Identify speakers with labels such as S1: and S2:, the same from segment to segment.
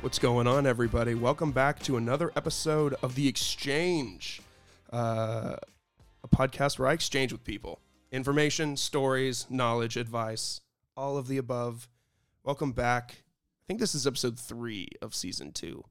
S1: What's going on, everybody? Welcome back to another episode of The Exchange, uh, a podcast where I exchange with people information, stories, knowledge, advice, all of the above. Welcome back. I think this is episode three of season two.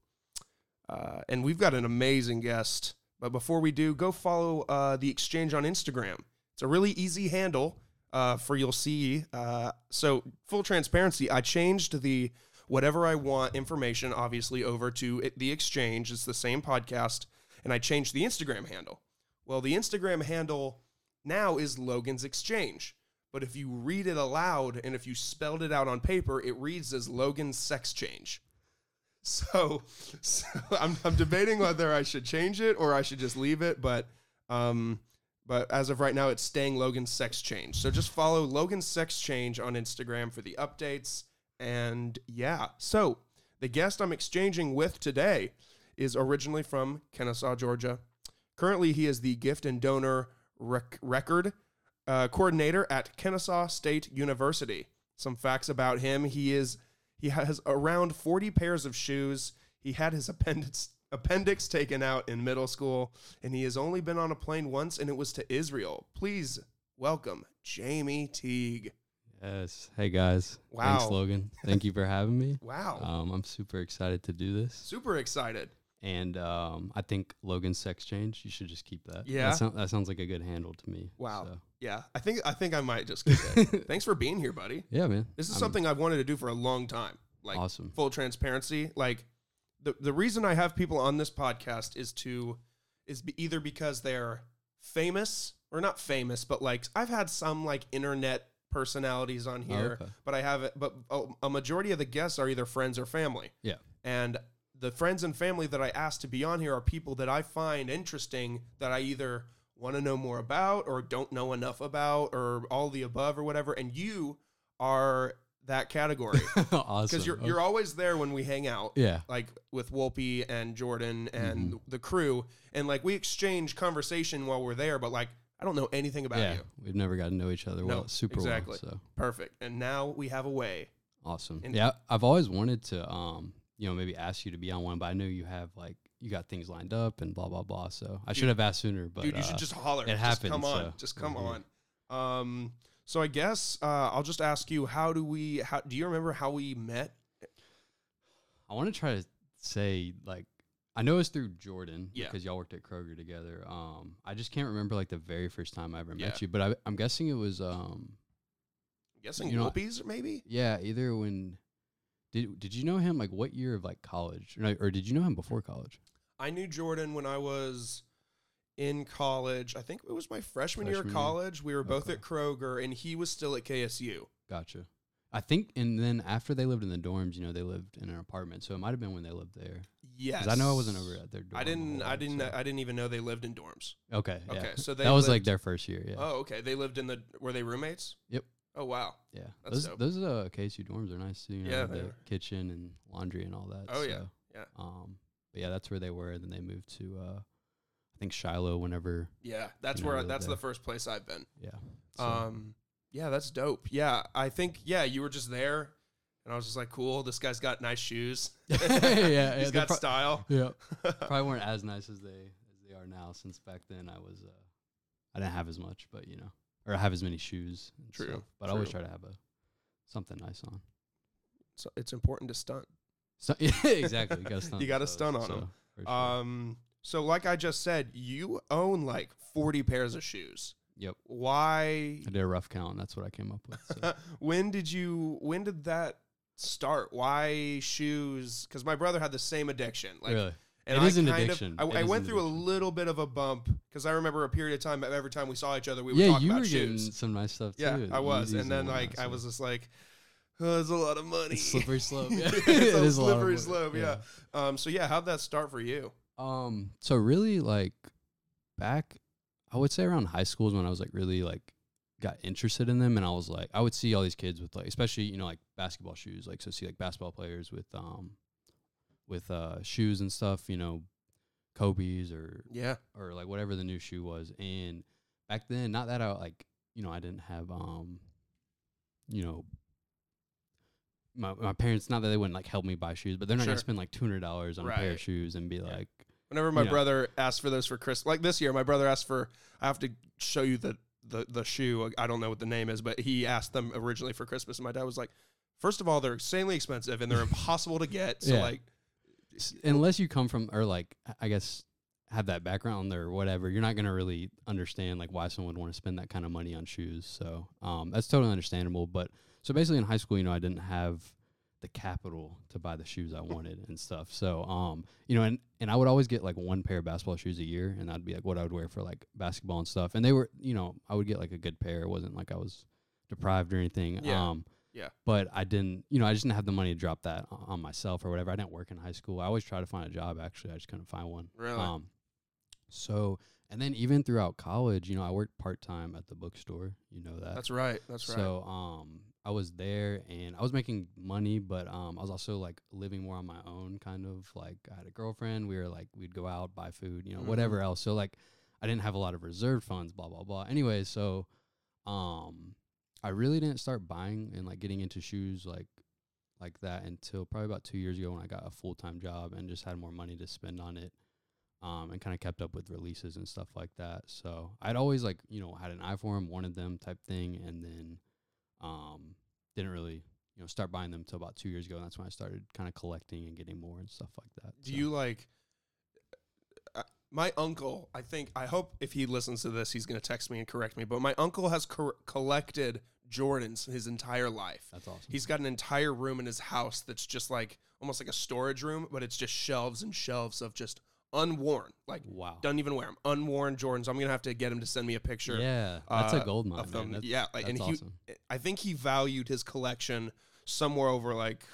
S1: Uh, and we've got an amazing guest. But before we do, go follow uh, The Exchange on Instagram. It's a really easy handle uh, for you'll see. Uh, so, full transparency, I changed the whatever I want information, obviously, over to it, the exchange. It's the same podcast, and I changed the Instagram handle. Well, the Instagram handle now is Logan's Exchange, but if you read it aloud and if you spelled it out on paper, it reads as Logan's Sex Change. So, so I'm, I'm debating whether I should change it or I should just leave it, but um, but as of right now, it's staying Logan's Sex Change. So just follow Logan's Sex Change on Instagram for the updates. And yeah, so the guest I'm exchanging with today is originally from Kennesaw, Georgia. Currently, he is the gift and donor rec- record uh, coordinator at Kennesaw State University. Some facts about him: he is he has around 40 pairs of shoes. He had his appendix appendix taken out in middle school, and he has only been on a plane once, and it was to Israel. Please welcome Jamie Teague.
S2: Yes. Hey guys.
S1: Wow.
S2: Thanks, Logan. Thank you for having me.
S1: Wow,
S2: Um, I'm super excited to do this,
S1: super excited.
S2: and um, I think Logan's sex change. You should just keep that.
S1: Yeah.
S2: That, sound, that sounds like a good handle to me.
S1: Wow.
S2: so.
S1: Yeah, I think I think I might just. Keep it. Thanks for being here, buddy.
S2: Yeah, man.
S1: This is
S2: I'm
S1: something I've wanted to do for a long time. Like
S2: Awesome.
S1: full transparency. Like the the reason I have people on this podcast is to is be either because they're famous or not famous, but like I've had some like internet personalities on here,
S2: Oh, okay.
S1: but I have but a- a majority of the guests are either friends or family.
S2: Yeah.
S1: And the friends and family that I ask to be on here are people that I find interesting that I either want to know more about or don't know enough about or all the above or whatever. And you are that category
S2: awesome. Oh,
S1: because you're, you're always there when we hang out
S2: Yeah.
S1: like with Wolpe and Jordan and
S2: Mm-hmm.
S1: the crew, and like we exchange conversation while we're there, but like I don't know anything about
S2: Yeah.
S1: you.
S2: We've never gotten to know each other
S1: No,
S2: well. Super
S1: exactly.
S2: well. So
S1: Perfect. And now we have a way.
S2: awesome.
S1: And-
S2: yeah. I've always wanted to, um, you know, maybe ask you to be on one, but I know you have like you got things lined up and blah blah blah. So I
S1: Dude-
S2: should have asked sooner, but
S1: Dude, you should
S2: uh,
S1: just holler.
S2: it
S1: just
S2: happened,
S1: Come on.
S2: so-
S1: Just come
S2: Mhm.
S1: on. Um so I guess uh, I'll just ask you how do we how do you remember how we met?
S2: I want to try to say like I know it's through Jordan
S1: Yeah.
S2: because y'all worked at Kroger together. Um, I just can't remember like the very first time I ever
S1: Yeah.
S2: met you, but I, I'm guessing it was um,
S1: I'm guessing
S2: You know-
S1: Wolpe's maybe?
S2: yeah, either when did did you know him like what year of like college or, no, or did you know him before college?
S1: I knew Jordan when I was in college. I think it was my freshman, year of
S2: Freshman year?
S1: college. We were both
S2: Okay.
S1: at Kroger and he was still at KSU.
S2: Gotcha. I think, and then after they lived in the dorms, you know, they lived in an apartment, so it might have been when they lived there.
S1: Yes.
S2: 'Cause I know I wasn't over at their dorm.
S1: I
S2: the
S1: didn't.
S2: whole
S1: I
S2: time,
S1: didn't.
S2: so-
S1: I didn't even know they lived in dorms.
S2: Okay. Yeah.
S1: Okay, so they
S2: that was like
S1: lived-
S2: their first year. Yeah.
S1: Oh, okay. They lived in the. Were they roommates?
S2: Yep.
S1: Oh wow.
S2: Yeah,
S1: That's
S2: those
S1: dope.
S2: those uh, KSU dorms are nice too. You know,
S1: Yeah,
S2: yeah,
S1: they
S2: the
S1: are.
S2: kitchen and laundry and all that.
S1: Oh, yeah,
S2: so,
S1: yeah.
S2: Um, but yeah, that's where they were. And then they moved to, uh, I think Shiloh. Whenever,
S1: Yeah, that's
S2: Yeah,
S1: where.
S2: they lived
S1: That's the
S2: there.
S1: first place I've been.
S2: yeah.
S1: Um. Yeah, that's dope. Yeah, I think. Yeah, you were just there, and I was just like, cool. This guy's got nice shoes.
S2: yeah, yeah,
S1: He's
S2: they
S1: got
S2: pro-
S1: style.
S2: yeah. Probably weren't as nice as they as they are now. Since back then, I was, uh, I didn't have as much, but you know, or I have as many shoes. and
S1: True,
S2: stuff, but I always
S1: true.
S2: try to have a something nice on.
S1: so it's important to stunt.
S2: So yeah, exactly. You got to stun.
S1: gotta
S2: those,
S1: stun on 'em.
S2: so, for sure.
S1: Um. So, like I just said, you own like forty pairs of shoes.
S2: Yep.
S1: Why?
S2: I did a rough count. And that's what I came up with. So.
S1: when did you when did that start why shoes because my brother had the same addiction like
S2: really.
S1: and
S2: It
S1: I
S2: is an
S1: kind of-
S2: addiction.
S1: i,
S2: It
S1: I
S2: is an
S1: went through a
S2: addiction.
S1: little bit of a bump because i remember a period of time every time we saw each other we were
S2: yeah,
S1: talking
S2: you
S1: about
S2: were getting
S1: shoes
S2: some nice stuff
S1: yeah
S2: too.
S1: i
S2: the
S1: was
S2: Yeezys
S1: and then
S2: whatnot,
S1: like i
S2: so.
S1: was just like oh, there's a lot of money
S2: It's slippery slope. Yeah,
S1: It's
S2: It
S1: a
S2: is a lot of
S1: slippery
S2: work,
S1: slope yeah. um so yeah how'd that start for you
S2: Um. So really, like back, I would say around high school is when I was like really like got interested in them, and I was like, I would see all these kids with like, especially you know like basketball shoes, like so see like basketball players with um with uh shoes and stuff, you know, Kobe's or
S1: yeah
S2: or like whatever the new shoe was. And back then, not that I like, you know, I didn't have um, you know, my, my parents not that they wouldn't like help me buy shoes, but they're not
S1: Sure.
S2: gonna spend like two hundred dollars on a pair
S1: Right.
S2: of shoes and be like,
S1: Whenever my
S2: Yeah.
S1: brother asked for those for Christmas, like this year, my brother asked for. I have to show you the the the shoe. I don't know what the name is, but he asked them originally for Christmas, and my dad was like, first of all, they're insanely expensive and they're impossible to get." So
S2: Yeah.
S1: like,
S2: s- unless you come from or like I guess have that background or whatever, you're not gonna really understand like why someone would want to spend that kind of money on shoes. So um, that's totally understandable. But so basically in high school, you know, I didn't have the capital to buy the shoes I wanted and stuff. So um, you know, and and I would always get like one pair of basketball shoes a year, and that'd be like what I would wear for like basketball and stuff. And they were, you know, I would get like a good pair. It wasn't like I was deprived or anything.
S1: Yeah.
S2: Um,
S1: Yeah.
S2: But I didn't, you know, I just didn't have the money to drop that o- on myself or whatever. I didn't work in high school. I always tried to find a job. Actually, I just couldn't find one.
S1: really,
S2: Um, so and then even throughout college, you know, I worked part time at the bookstore. You know that.
S1: that's right. That's right.
S2: So um, I was there and I was making money, but um, I was also like living more on my own, kind of like I had a girlfriend. We were like we'd go out, buy food, you know,
S1: Mhm.
S2: whatever else. So like I didn't have a lot of reserve funds, blah blah blah. Anyway, so um, I really didn't start buying and like getting into shoes like like that until probably about two years ago when I got a full time job and just had more money to spend on it. Um, and kind of kept up with releases and stuff like that. So I'd always like, you know, had an eye for them, wanted them type thing. And then, um, didn't really, you know, start buying them till about two years ago. And that's when I started kind of collecting and getting more and stuff like that.
S1: Do
S2: So-
S1: you like? I- My uncle, I think, I hope if he listens to this, he's going to text me and correct me. But my uncle has cor- collected Jordans his entire life.
S2: That's awesome.
S1: He's got an entire room in his house that's just like almost like a storage room, but it's just shelves and shelves of just unworn, like
S2: wow.
S1: doesn't even wear them, unworn Jordans. I'm going to have to get him to send me a picture
S2: Yeah. That's
S1: uh,
S2: a gold mine.
S1: of them.
S2: Man. That's,
S1: yeah. Like,
S2: that's
S1: and he,
S2: awesome.
S1: I think he valued his collection somewhere over like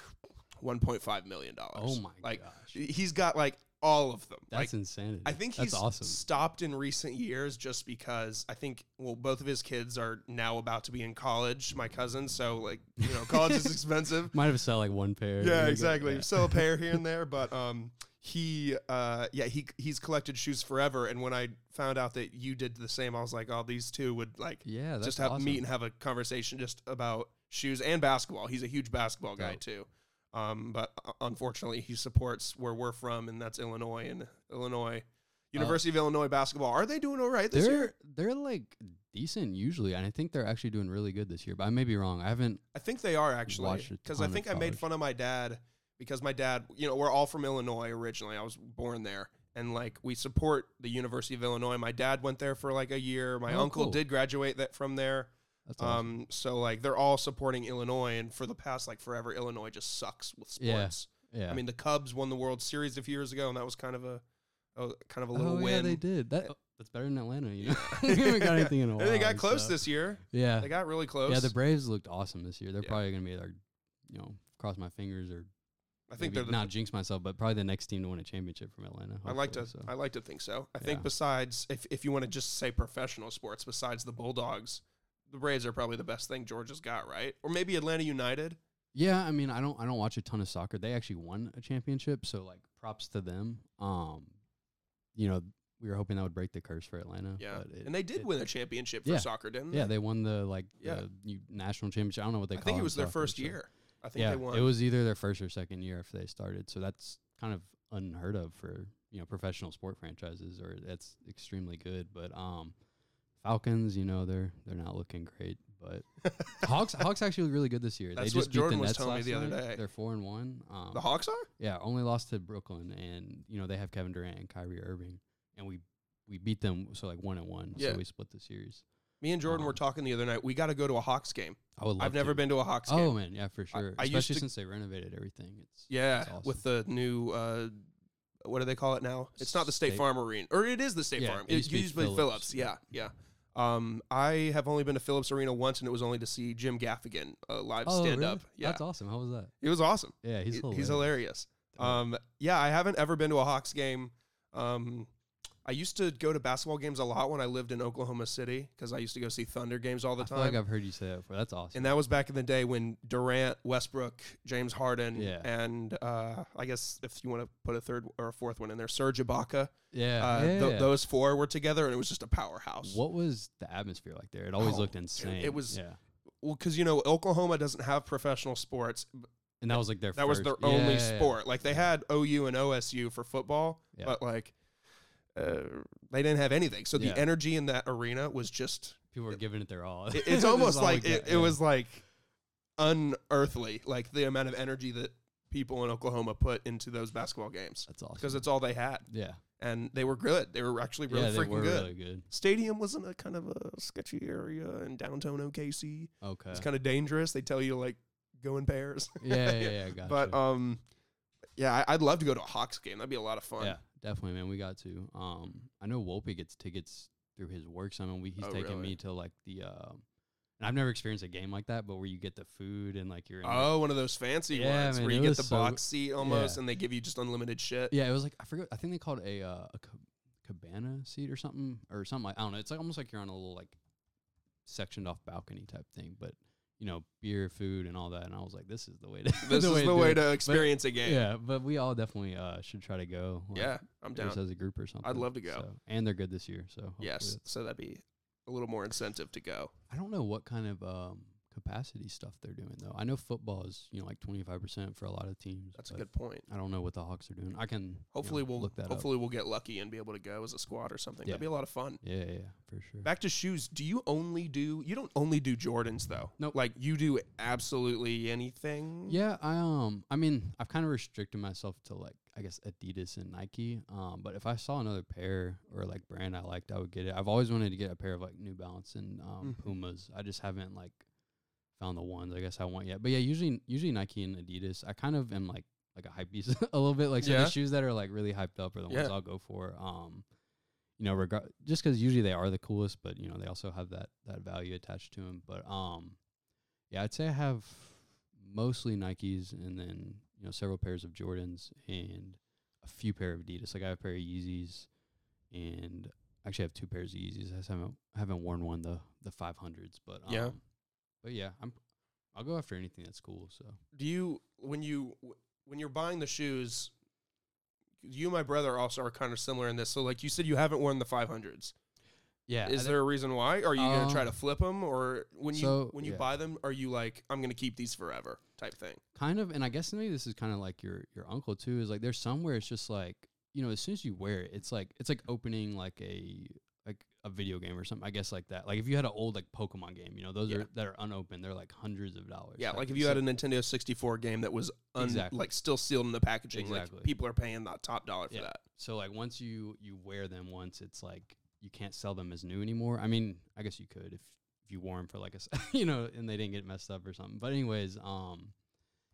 S1: $1.5 million.
S2: Oh my
S1: Like,
S2: gosh.
S1: he's got like all of them.
S2: That's
S1: like,
S2: insanity.
S1: I think
S2: that's
S1: he's
S2: awesome.
S1: stopped in recent years just because I think well both of his kids are now about to be in college. My cousin, so like you know, college is expensive.
S2: Might have sell like one pair. and
S1: Yeah,
S2: then go-
S1: exactly.
S2: yeah.
S1: Sell a pair here and there, but um, he uh, yeah, he he's collected shoes forever. And when I found out that you did the same, I was like, oh, these two would like
S2: Yeah, that's
S1: just have
S2: awesome.
S1: meet and have a conversation just about shoes and basketball. He's a huge basketball guy
S2: Dope.
S1: too. Um, but uh, unfortunately, he supports where we're from, and that's Illinois. And Illinois, University of Illinois basketball, are they doing all right this
S2: Oh. they're
S1: year?
S2: they're like decent usually, and I think they're actually doing really good this year. But I may be wrong. I haven't.
S1: I think they are actually
S2: watched a
S1: because I
S2: ton of
S1: think I made
S2: college.
S1: fun of my dad because my dad, you know, we're all from Illinois originally. I was born there, and like we support the University of Illinois. My dad went there for like a year. My
S2: Oh,
S1: uncle
S2: cool.
S1: did graduate that from there.
S2: That's awesome.
S1: Um, so like they're all supporting Illinois, and for the past like forever, Illinois just sucks with
S2: Yeah.
S1: sports.
S2: yeah.
S1: I mean, the Cubs won the World Series a few years ago, and that was kind of a, a kind of a
S2: oh
S1: little win.
S2: yeah, they did. That oh, that's better than Atlanta. You know, we haven't got anything in a
S1: And
S2: while.
S1: they got
S2: and
S1: close
S2: stuff.
S1: this year.
S2: Yeah,
S1: They got really close.
S2: yeah. The Braves looked awesome this year. They're
S1: Yeah.
S2: probably gonna be our, you know, cross my fingers or
S1: I think
S2: maybe
S1: they're the
S2: not jinx myself, but probably the next team to win a championship from Atlanta.
S1: I like to
S2: hopefully, so.
S1: I like to think so. I think
S2: Yeah.
S1: besides if if you want to just say professional sports, besides the Bulldogs, the Braves are probably the best thing Georgia's got, right? Or maybe Atlanta United.
S2: Yeah, I mean, I don't I don't watch a ton of soccer. They actually won a championship, so like props to them. Um, you know, we were hoping that would break the curse for Atlanta.
S1: Yeah.
S2: but it-
S1: and they did
S2: it-
S1: win a championship for
S2: Yeah.
S1: soccer, didn't
S2: Yeah,
S1: they?
S2: they won the like
S1: Yeah.
S2: the new national championship. I don't know what they
S1: I
S2: call
S1: think it was
S2: in
S1: their
S2: soccer,
S1: first
S2: so-
S1: year. I think
S2: yeah,
S1: they won.
S2: it was either their first or second year if they started. So that's kind of unheard of for you know professional sport franchises, or that's extremely good. But um, Falcons, you know, they're they're not looking great. But Hawks, Hawks actually look really good this year.
S1: That's
S2: they
S1: what
S2: just
S1: Jordan
S2: beat the
S1: was
S2: Nets
S1: telling me
S2: last
S1: the other
S2: night.
S1: day.
S2: They're four and one. Um,
S1: the Hawks are?
S2: yeah, only lost to Brooklyn, and you know they have Kevin Durant and Kyrie Irving, and we we beat them so like one and one.
S1: Yeah.
S2: So we split the series.
S1: Me and Jordan were
S2: Um,
S1: talking the other night. We got to go to a Hawks game.
S2: I would. Love
S1: I've never
S2: to.
S1: been to a Hawks
S2: Oh
S1: game.
S2: man, yeah, for sure.
S1: I used
S2: Especially
S1: to-
S2: since they renovated everything. It's
S1: Yeah,
S2: That's awesome.
S1: with the new uh, what do they call it now? It's not the State,
S2: State-
S1: Farm Arena, or it is the State
S2: Yeah,
S1: Farm.
S2: it
S1: It
S2: used
S1: used
S2: to be
S1: to be Phillips.
S2: Phillips,
S1: Yeah,
S2: yeah.
S1: yeah. Um, I have only been to Phillips Arena once, and it was only to see Jim Gaffigan uh, live
S2: Oh,
S1: stand
S2: really?
S1: up. Yeah,
S2: That's awesome. How was that?
S1: it was awesome.
S2: Yeah, he's
S1: He-
S2: hilarious.
S1: he's hilarious.
S2: Dope.
S1: Um, yeah, I haven't ever been to a Hawks game. Um, I used to go to basketball games a lot when I lived in Oklahoma City because I used to go see Thunder games all the
S2: I feel
S1: time.
S2: like I've heard you say that before. That's awesome.
S1: And that was back in the day when Durant, Westbrook, James Harden,
S2: Yeah.
S1: and uh, I guess if you want to put a third or a fourth one in there, Serge Ibaka.
S2: yeah.
S1: Uh,
S2: yeah,
S1: tho-
S2: yeah.
S1: those four were together, and it was just a powerhouse.
S2: what was the atmosphere like there? It always
S1: Oh,
S2: looked
S1: dude, it
S2: insane.
S1: was-
S2: yeah.
S1: Well, because you know Oklahoma doesn't have professional sports, b-
S2: and that was like their
S1: That was their
S2: first-
S1: only
S2: yeah,
S1: sport. Like they had OU and OSU for football,
S2: Yeah.
S1: but like uh, they didn't have anything. So the
S2: Yeah.
S1: energy in that arena was just
S2: People were giving it their all.
S1: it-
S2: This
S1: it's
S2: is
S1: almost
S2: all we
S1: like it,
S2: got,
S1: it
S2: yeah.
S1: was like unearthly, like the amount of energy that people in Oklahoma put into those basketball games
S2: That's awesome.
S1: because it's all they had,
S2: yeah,
S1: and they were good. They were actually really
S2: yeah, they
S1: freaking
S2: were
S1: good.
S2: really good.
S1: Stadium was in a kind of a sketchy area in downtown OKC.
S2: Okay.
S1: It's kind of dangerous. They tell you to like go in pairs,
S2: yeah, yeah, yeah. Gotcha.
S1: but um, yeah, I, I'd love to go to a Hawks game. That'd be a lot of fun.
S2: yeah, definitely, man. We got to. Um, I know Wolpe gets tickets through his work. So I mean, we, he's
S1: Oh,
S2: taking
S1: really?
S2: me to like the. Um, and I've never experienced a game like that, but where you get the food and like you're. In, like-
S1: Oh, one of those fancy
S2: Yeah,
S1: ones
S2: man,
S1: where
S2: it
S1: you get
S2: was
S1: the
S2: so-
S1: box seat almost,
S2: yeah.
S1: and they give you just unlimited shit.
S2: yeah, it was like I forgot. I think they called it a uh, a ca- cabana seat or something or something. Like, I don't know. It's like almost like you're on a little like sectioned off balcony type thing, but you know, beer, food, and all that. And I was like, this is the way to.
S1: This is
S2: to
S1: the
S2: do
S1: way
S2: it.
S1: to experience a game.
S2: Yeah, but we all definitely uh, should try to go. like,
S1: Yeah, I'm
S2: just
S1: down.
S2: as a group or something.
S1: love to go.
S2: So, and they're good this year. So hopefully
S1: Yes,
S2: that-
S1: so that'd be a little more incentive to go.
S2: I don't know what kind of um, capacity stuff they're doing though. I know football is you know like twenty five percent for a lot of teams.
S1: That's a
S2: but
S1: good point.
S2: I don't know what the Hawks are doing. I can you know,
S1: Hopefully we'll
S2: look that up.
S1: hopefully we'll get lucky and be able to go as a squad or something.
S2: Yeah.
S1: That'd be a lot of fun.
S2: Yeah, yeah, yeah, for sure.
S1: Back to shoes. Do you only do you don't only do Jordans though?
S2: Nope.
S1: Like you do absolutely anything.
S2: yeah, I um, I mean, I've kind of restricted myself to like I guess Adidas and Nike. Um, but if I saw another pair or like brand I liked, I would get it. I've always wanted to get a pair of like New Balance and um,
S1: Mhm.
S2: Pumas. I just haven't like found the ones I guess I want yet. But yeah, usually usually Nike and Adidas. I kind of am like like a hype beast a little bit. Like so
S1: Yeah.
S2: the shoes that are like really hyped up are the ones
S1: Yeah.
S2: I'll go for. Um, you know, regard just because usually they are the coolest, but you know they also have that that value attached to them. But um, yeah, I'd say I have mostly Nikes and then you know several pairs of Jordans and a few pair of Adidas. Like I have a pair of Yeezys and actually I have two pairs of Yeezys. I just haven't haven't worn one the the five hundreds, but um,
S1: Yeah.
S2: but yeah, I'm I'll go after anything that's cool. So
S1: Do you when you when you're buying the shoes? You and my brother also are kind of similar in this. So like you said, you haven't worn the 500s.
S2: yeah,
S1: Is there a reason why? Are you gonna
S2: Um,
S1: try to flip them, or when you
S2: so,
S1: when you
S2: yeah.
S1: buy them, are you like I'm gonna keep these forever type thing?
S2: kind of and i guess maybe this is kind of like your your uncle too is like there's somewhere it's just like you know as soon as you wear it it's like it's like opening like a like a video game or something i guess like that like if you had an old like pokemon game you know those
S1: Yeah.
S2: are that are unopened they're like hundreds of dollars
S1: Yeah,
S2: type
S1: like if
S2: of
S1: you had a
S2: stuff.
S1: Nintendo 64 game that was un-
S2: Exactly.
S1: like still sealed in the packaging,
S2: Exactly.
S1: like people are paying that top dollar for
S2: Yeah.
S1: that.
S2: so like once you you wear them once it's like you can't sell them as new anymore i mean i guess you could if if you wore them for like a s- you know and they didn't get messed up or something but anyways um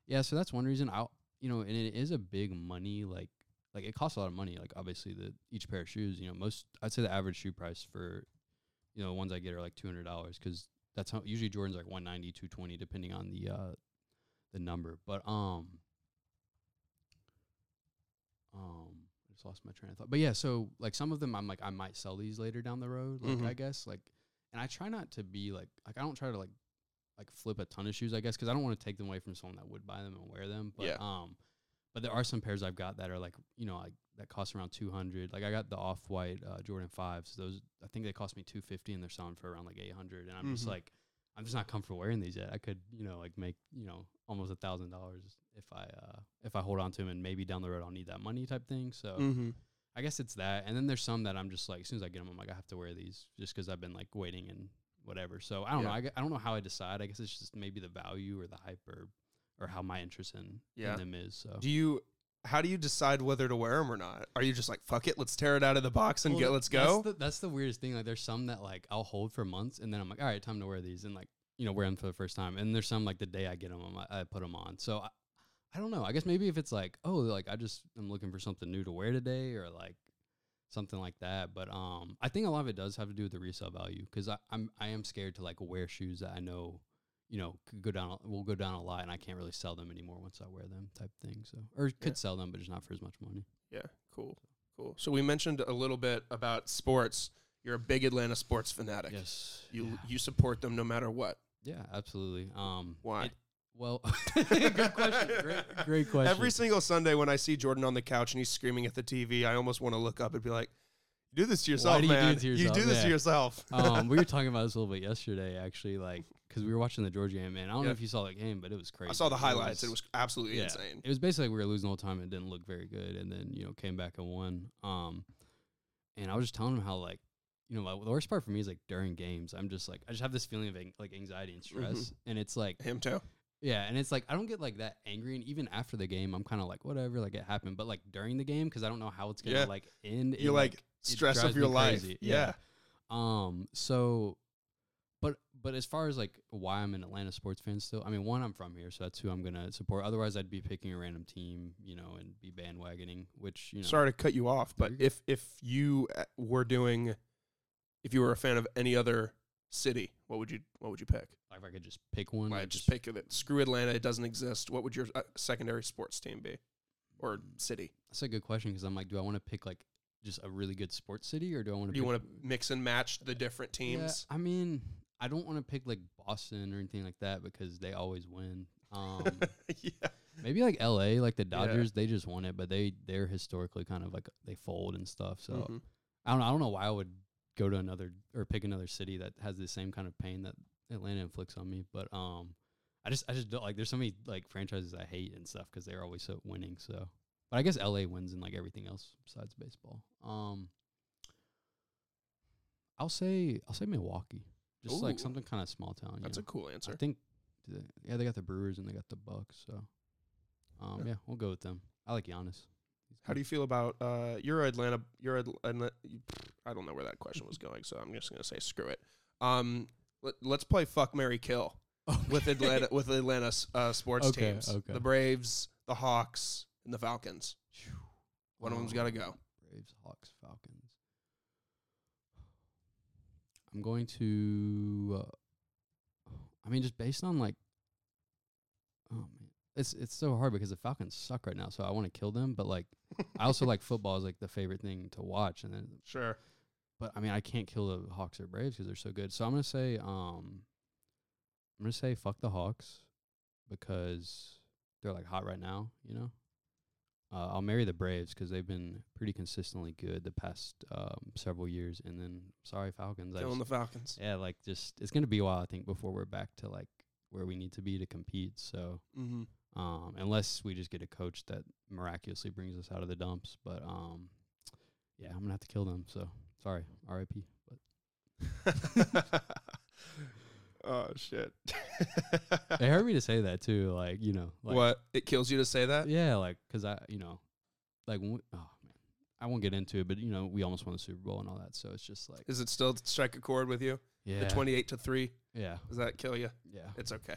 S2: yeah so that's one reason i you know and it is a big money like like it costs a lot of money like obviously the each pair of shoes you know most i'd say the average shoe price for you know the ones i get are like $200 because that's how usually jordan's like 190 220 depending on the uh the number but um um I just lost my train of thought. But yeah, so like some of them I'm like I might sell these later down the road, like
S1: Mhm.
S2: I guess like and I try not to be like like I don't try to like like flip a ton of shoes, I guess, because I don't want to take them away from someone that would buy them and wear them. But
S1: Yeah.
S2: um but there are some pairs I've got that are like, you know, like that cost around 200. Like I got the off-white uh, Jordan 5s. Those I think they cost me 250 and they're selling for around like 800 and I'm just
S1: Mhm.
S2: like I'm just not comfortable wearing these yet. I could, you know, like make, you know, almost a thousand dollars if I uh if I hold on to them and maybe down the road I'll need that money type thing. So
S1: Mm-hmm.
S2: I guess it's that. And then there's some that I'm just like, as soon as I get them, I'm like, I have to wear these just because I've been like waiting and whatever. So I don't know.
S1: Yeah.
S2: I, gu- I don't know how I decide. I guess it's just maybe the value or the hype or, or how my interest in,
S1: Yeah.
S2: in them is. So
S1: Do you? How do you decide whether to wear them or not? Are you just like fuck it, let's tear it out of the box and
S2: Well,
S1: get
S2: that-
S1: let's go?
S2: That's the, that's the weirdest thing. Like there's some that like I'll hold for months and then I'm like, all right, time to wear these and like, you know, wear them for the first time. And there's some like the day I get them, I, I put them on. So I, I don't know. I guess maybe if it's like, oh, like I just am looking for something new to wear today or like something like that. But um, I think a lot of it does have to do with the resale value because I'm I am scared to like wear shoes that I know. You know, could go down. Will go down a lot, and I can't really sell them anymore once I wear them, type thing. So, or could
S1: Yeah.
S2: sell them, but just not for as much money.
S1: yeah, cool, cool. So we mentioned a little bit about sports. You're a big Atlanta sports fanatic.
S2: Yes,
S1: You
S2: yeah.
S1: you support them no matter what.
S2: Yeah, absolutely. Um,
S1: Why?
S2: it- well, good question. Great, great question.
S1: Every single Sunday when I see Jordan on the couch and he's screaming at the TV, I almost want to look up and be like, "Do this to yourself,
S2: do you do
S1: man.
S2: it to
S1: You
S2: yourself?"
S1: do this to
S2: Yeah. Oh,
S1: yourself."
S2: um, we were talking about this a little bit yesterday, actually. Like, because we were watching the Georgia game, man. I don't know
S1: Yeah.
S2: if you saw that game, but it was crazy.
S1: I saw the
S2: It
S1: highlights. and
S2: was-
S1: It was absolutely
S2: yeah.
S1: insane.
S2: It was basically like we were losing all the time. It didn't look very good, and then you know came back and won. Um, and I was just telling him how like you know my, the worst part for me is like during games. I'm just like I just have this feeling of an- like anxiety and stress, and it's like
S1: Mm-hmm. Him too.
S2: yeah, and it's like I don't get like that angry, and even after the game, I'm kind of like whatever, like it happened. But like during the game, because I don't know how it's gonna
S1: Yeah.
S2: like end. it,
S1: You're like, stress of
S2: drives me
S1: your life.
S2: crazy.
S1: Yeah.
S2: Yeah. um. So, but but as far as like why I'm an Atlanta sports fan still, I mean, one, I'm from here, so that's who I'm gonna support. Otherwise, I'd be picking a random team, you know, and be bandwagoning, which you know,
S1: Sorry to cut you off,
S2: No,
S1: but
S2: you're good.
S1: if if you uh, were doing, if you were a fan of any other city, what would you what would you pick?
S2: like if I could just pick one,
S1: Like,
S2: I'd
S1: just pick it. Screw Atlanta. It doesn't exist. What would your uh, secondary sports team be, or city?
S2: That's a good question because Mm. I'm like, do I want to pick like just a really good sports city, or do I want
S1: Do
S2: to?
S1: you want to mix and match the different teams?
S2: Yeah, I mean, I don't want to pick like Boston or anything like that because they always win. Um,
S1: Yeah.
S2: maybe like L.A., like the
S1: Yeah.
S2: Dodgers, they just won it, but they they're historically kind of like they fold and stuff. So
S1: Mhm.
S2: I don't I don't know why I would go to another or pick another city that has the same kind of pain that Atlanta inflicts on me. But um, I just I just don't like. There's so many like franchises I hate and stuff because they're always so winning. So, but I guess L.A. wins in like everything else besides baseball. Um, I'll say I'll say Milwaukee, just
S1: Ooh.
S2: like something kind of small town. you
S1: That's a
S2: know?
S1: cool answer.
S2: I think do they- yeah, they got the Brewers and they got the Bucks. So, um,
S1: Yeah.
S2: yeah, we'll go with them. I like Giannis.
S1: How do you feel about uh, your Atlanta? Your Atlanta. I don't know where that question was going, so I'm just gonna say screw it. Um, let, let's play fuck Mary Kill with Atlanta with Atlanta s- uh, sports
S2: Okay,
S1: teams.
S2: okay.
S1: The Braves, the Hawks, and the Falcons.
S2: Phew.
S1: One of them's
S2: Um,
S1: got to go.
S2: Braves, Hawks, Falcons. I'm going to. Uh, I mean, just based on like, oh man, it's it's so hard because the Falcons suck right now, so I want to kill them. But like, I also like football is like the favorite thing to watch, and then
S1: Sure.
S2: but I mean, I can't kill the Hawks or Braves because they're so good. So I'm gonna say, um, I'm gonna say fuck the Hawks because they're like hot right now. You know, uh, I'll marry the Braves because they've been pretty consistently good the past um, several years. And then sorry Falcons, I
S1: Killing
S2: just,
S1: the Falcons.
S2: yeah, like just it's gonna be a while I think before we're back to like where we need to be to compete. So
S1: Mm-hmm.
S2: um, unless we just get a coach that miraculously brings us out of the dumps. But um, yeah, I'm gonna have to kill them. So sorry, R.I.P. But
S1: oh shit.
S2: they heard me to say that too. Like you know, like,
S1: what? It kills you to say that.
S2: Yeah, like because I, you know, like when we, oh man, I won't get into it, but you know, we almost won the Super Bowl and all that, so it's just like
S1: Is it still strike a chord with you?
S2: yeah,
S1: The twenty-eight to three.
S2: yeah,
S1: Does that kill you?
S2: yeah.
S1: It's okay.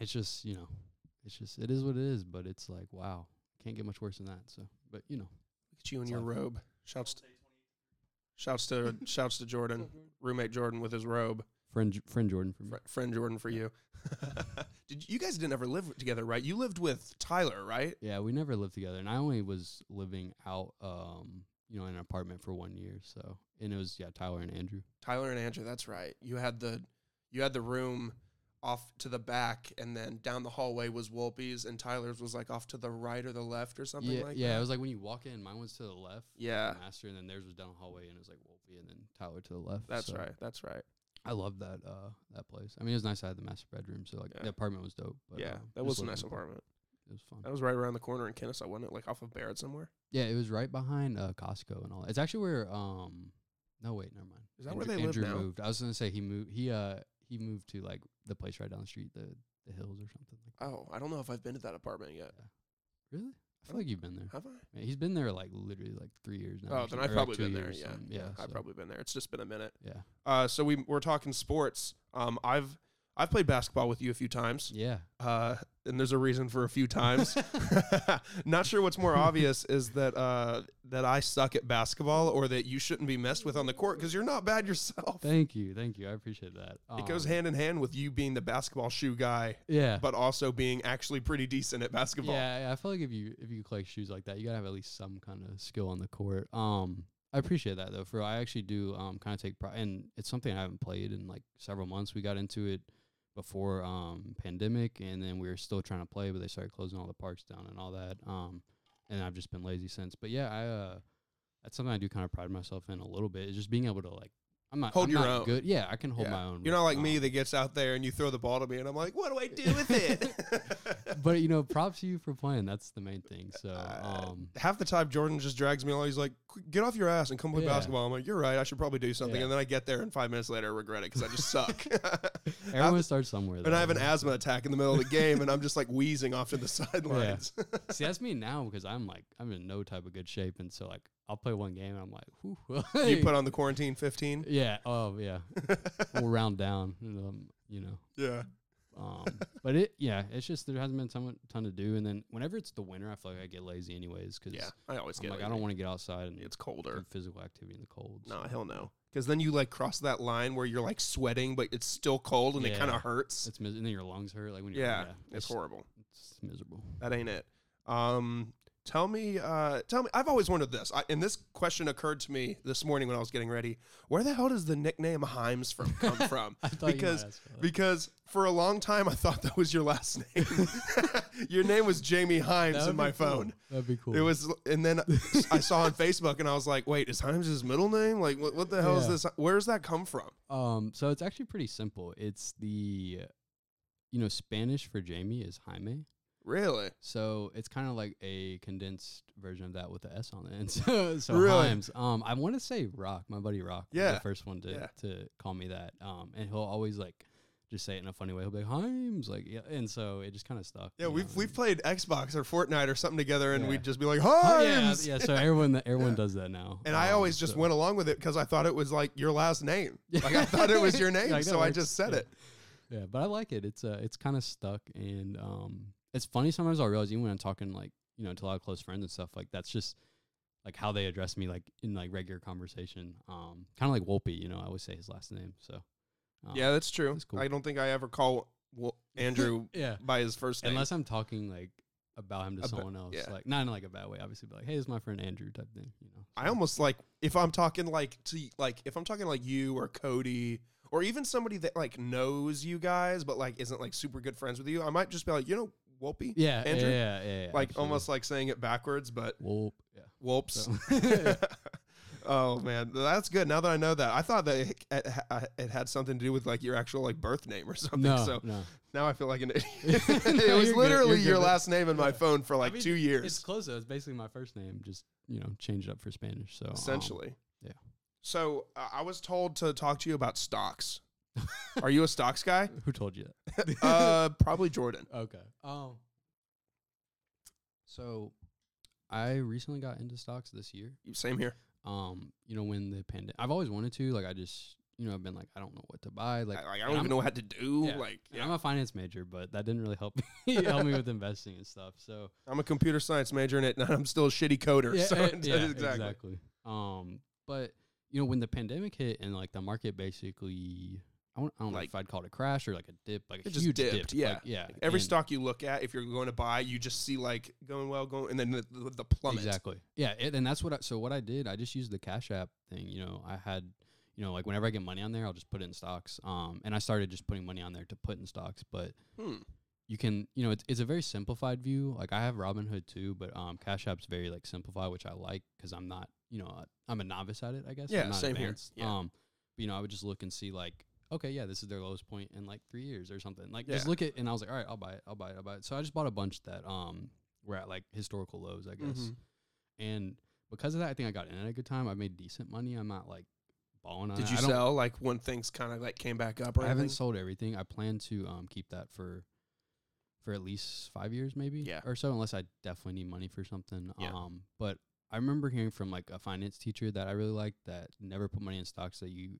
S2: It's just you know, it's just it is what it is, but it's like wow, can't get much worse than that. So, but you know,
S1: Look at you in
S2: It's
S1: your
S2: like-
S1: robe. Shouts to, shouts to shouts to Jordan,
S2: Mm-hmm.
S1: roommate Jordan with his robe.
S2: friend J- friend Jordan for me.
S1: Fr- friend Jordan for you. Did you guys didn't ever live together, right? You lived with Tyler, right?
S2: Yeah, we never lived together, and I only was living out, um, you know, in an apartment for one year. So, and it was yeah, Tyler and Andrew.
S1: Tyler and Andrew, that's right. You had the you had the room off to the back and then down the hallway was Wolpe's and Tyler's was like off to the right or the left or something
S2: yeah,
S1: like
S2: yeah,
S1: that.
S2: it was like when you walk in, mine was to the left.
S1: yeah.
S2: Master, and then theirs was down the hallway, and it was like Wolfie, and then Tyler to the left.
S1: That's
S2: so
S1: right. That's right.
S2: I love that uh that place. I mean, it was nice. I had the master bedroom, so like
S1: Yeah.
S2: the apartment was dope. But,
S1: yeah.
S2: um,
S1: That
S2: just
S1: was a
S2: living
S1: nice
S2: with-
S1: apartment.
S2: It was fun.
S1: That was right around the corner in Kennesaw, wasn't it? Like off of Barrett somewhere?
S2: Yeah, it was right behind uh, Costco and all. that. It's actually where um no wait never mind.
S1: Is that where
S2: Andrew-
S1: they live
S2: Andrew
S1: now?
S2: moved. I was gonna say he moved. He uh he moved to like the place right down the street, the the hills or something like
S1: Oh, I don't know if I've been to that apartment yet.
S2: that. Really? I feel like you've been there.
S1: Have I?
S2: Man, he's been there like literally like three years now. or
S1: Oh, then
S2: something,
S1: I've
S2: or, like,
S1: probably
S2: two
S1: been there.
S2: years,
S1: Yeah,
S2: something.
S1: yeah,
S2: yeah.
S1: I've
S2: so,
S1: probably been there. It's just been a minute.
S2: yeah,
S1: Uh, so we we're talking sports. Um, I've I've played basketball with you a few times.
S2: yeah.
S1: Uh, and there's a reason for a few times. Not sure what's more obvious is that uh, that I suck at basketball or that you shouldn't be messed with on the court because you're not bad yourself.
S2: Thank you, thank you. I appreciate that.
S1: It goes
S2: Um,
S1: hand in hand with you being the basketball shoe guy,
S2: Yeah.
S1: but also being actually pretty decent at basketball.
S2: Yeah, yeah, I feel like if you if you collect shoes like that, you gotta have at least some kind of skill on the court. Um, I appreciate that though. For I actually do um kind of take pride, and it's something I haven't played in like several months. We got into it before um pandemic, and then we were still trying to play, but they started closing all the parks down and all that. Um, and I've just been lazy since. But yeah, I uh, that's something I do kind of pride myself in a little bit is just being able to like I'm not
S1: Hold
S2: I'm
S1: your
S2: not
S1: own.
S2: good. Yeah, I can hold
S1: Yeah.
S2: my own. um,
S1: You're not like
S2: my
S1: me
S2: own.
S1: that gets out there and you throw the ball to me, and I'm like, what do I do with it?
S2: But you know, props to you for playing. That's the main thing. So,
S1: Uh,
S2: um,
S1: Half the time, Jordan just drags me along. He's like, "Qu- get off your ass and come play
S2: Yeah.
S1: basketball. I'm like, you're right. I should probably do something.
S2: Yeah.
S1: And then I get there, and five minutes later, I regret it because I just suck.
S2: everyone starts somewhere.
S1: and I have
S2: though.
S1: an asthma attack in the middle of the game, and I'm just like wheezing off to the sidelines.
S2: See, that's me now because I'm like I'm in no type of good shape, and so like I'll play one game and I'm like, whew,
S1: you put on the quarantine 15.
S2: yeah, oh yeah, we'll round down, um, you know.
S1: Yeah.
S2: Um, but it, yeah, it's just there hasn't been ton, ton to do, and then whenever it's the winter, I feel like I get lazy anyways because
S1: Yeah. I always
S2: I'm
S1: get
S2: like
S1: like,
S2: I don't want to get outside and
S1: It's
S2: do
S1: colder.
S2: physical activity in the cold.
S1: No, hell no. Because then you like cross that line where you're like sweating, but it's still cold and it
S2: Yeah.
S1: kind of hurts.
S2: It's mis- and then your lungs hurt like when you're
S1: yeah, it's
S2: horrible.
S1: horrible.
S2: It's miserable.
S1: That ain't it. Um, tell me, uh, tell me. I've always wondered this, I, and this question occurred to me this morning when I was getting ready. Where the hell does the nickname Himes from come from?
S2: I thought you might
S1: Because-
S2: ask for that.
S1: because for a long time I thought that was your last name. your name was Jamie
S2: That
S1: Himes
S2: would
S1: in
S2: be
S1: my
S2: cool.
S1: phone.
S2: That'd be cool.
S1: It was, and then I saw on Facebook, and I was like, "Wait, is Himes his middle name? Like, what, what the hell is
S2: Yeah.
S1: this? Where does that come from?"
S2: Um, so it's actually pretty simple. It's the, you know, Spanish for Jamie is Jaime.
S1: Really?
S2: So it's kind of like a condensed version of that with the S on the end. So, so
S1: Really?
S2: Himes. Um, I want to say Rock. My buddy Rock was
S1: Yeah.
S2: the first one to,
S1: Yeah.
S2: to call me that. Um, and he'll always like just say it in a funny way. He'll be like Himes, like yeah. And so it just kind of stuck.
S1: Yeah,
S2: you
S1: we've
S2: know,
S1: we've
S2: and-
S1: played Xbox or Fortnite or something together, and
S2: Yeah.
S1: we'd just be like,
S2: Oh, yeah,
S1: "Himes."
S2: yeah. So everyone that everyone
S1: Yeah.
S2: does that now.
S1: And I
S2: Um,
S1: always just
S2: so-
S1: went along with it because I thought it was like your last name. Like I thought it was your name,
S2: Like, that
S1: so I
S2: works,
S1: just said
S2: yeah.
S1: it.
S2: Yeah, but I like it. It's uh, it's kind of stuck, and um, it's funny sometimes. I realize even when I'm talking like you know to a lot of close friends and stuff, like that's just like how they address me, like in like regular conversation. Um, kind of like Wolpe, you know. I always say his last name, so um,
S1: Yeah, that's true.
S2: That's cool.
S1: I don't think I ever call Wo- Andrew
S2: yeah.
S1: by his first name.
S2: Unless I'm talking like about him to
S1: About-
S2: someone else,
S1: yeah.
S2: like not in like a bad way, obviously, but like hey, this is my friend Andrew type thing, you know.
S1: I almost like if I'm talking like to like if I'm talking like you or Cody or even somebody that like knows you guys but like isn't like super good friends with you, I might just be like, you know, Wolpy.
S2: yeah,
S1: Andrew?
S2: Andrew, yeah, yeah, yeah, yeah,
S1: Like
S2: absolutely.
S1: almost like saying it backwards, but
S2: Wolpe, yeah.
S1: whoops.
S2: So.
S1: oh man, that's good. Now that I know that, I thought that it, it, uh, it had something to do with like your actual like birth name or something.
S2: no,
S1: so
S2: no.
S1: now I feel like an idiot. it
S2: No,
S1: was
S2: you're good,
S1: literally
S2: you're
S1: your
S2: good.
S1: last name in my
S2: Yeah.
S1: phone for like
S2: mean,
S1: two
S2: It's
S1: years,
S2: close though. It's basically my first name, just you know, changed up for Spanish. So um,
S1: essentially.
S2: yeah.
S1: So uh, I was told to talk to you about stocks. Are you a stocks guy?
S2: who told you that?
S1: Uh, probably Jordan.
S2: Okay. Oh. So, I recently got into stocks this year.
S1: Same here.
S2: Um, you know, when the pandemic, I've always wanted to. Like, I just, you know, I've been like, I don't know what to buy. Like,
S1: Like, I
S2: and
S1: don't even
S2: I'm-
S1: know what to do.
S2: yeah,
S1: Like,
S2: and
S1: yeah.
S2: I'm a finance major, but that didn't really help me help me with investing and stuff. So,
S1: I'm a computer science major in it, and I'm still a shitty coder.
S2: Yeah,
S1: so
S2: eh,
S1: exactly.
S2: yeah, Um, but you know, when the pandemic hit and like the market basically, I don't, I don't know
S1: Like-
S2: if I'd call it a crash or like a dip, like a
S1: It just
S2: huge
S1: dipped,
S2: dip.
S1: yeah.
S2: like, yeah.
S1: Every
S2: and-
S1: stock you look at, if you're going to buy, you just see like going well, going, and then the, the, the plummet.
S2: Exactly. Yeah, it, and that's what. I, so what I did, I just used the Cash App thing. You know, I had, you know, like whenever I get money on there, I'll just put it in stocks. Um, and I started just putting money on there to put in stocks, but
S1: Hmm.
S2: you can you know it's, it's a very simplified view like i have robinhood too but um cash app's very like simplified which i like because i'm not you know I- i'm a novice at it i guess I'm
S1: Yeah,
S2: not
S1: same here.
S2: advanced.
S1: Yeah.
S2: um but, you know i would just look and see like okay yeah this is their lowest point in like three years or something like just
S1: Yeah.
S2: look at and i was like all right i'll buy it i'll buy it i'll buy it so i just bought a bunch that um were at like historical lows i guess
S1: Mhm.
S2: and because of that i think i got in at a good time i made decent money i'm not like balling on
S1: Did
S2: it.
S1: you
S2: Uh, I don't-
S1: sell like when things kind of like came back up? Or
S2: I haven't
S1: anything?
S2: sold everything. I plan to um keep that for for at least five years, maybe
S1: Yeah.
S2: or so, unless I definitely need money for something.
S1: Yeah.
S2: Um, but I remember hearing from like a finance teacher that I really liked that never put money in stocks that you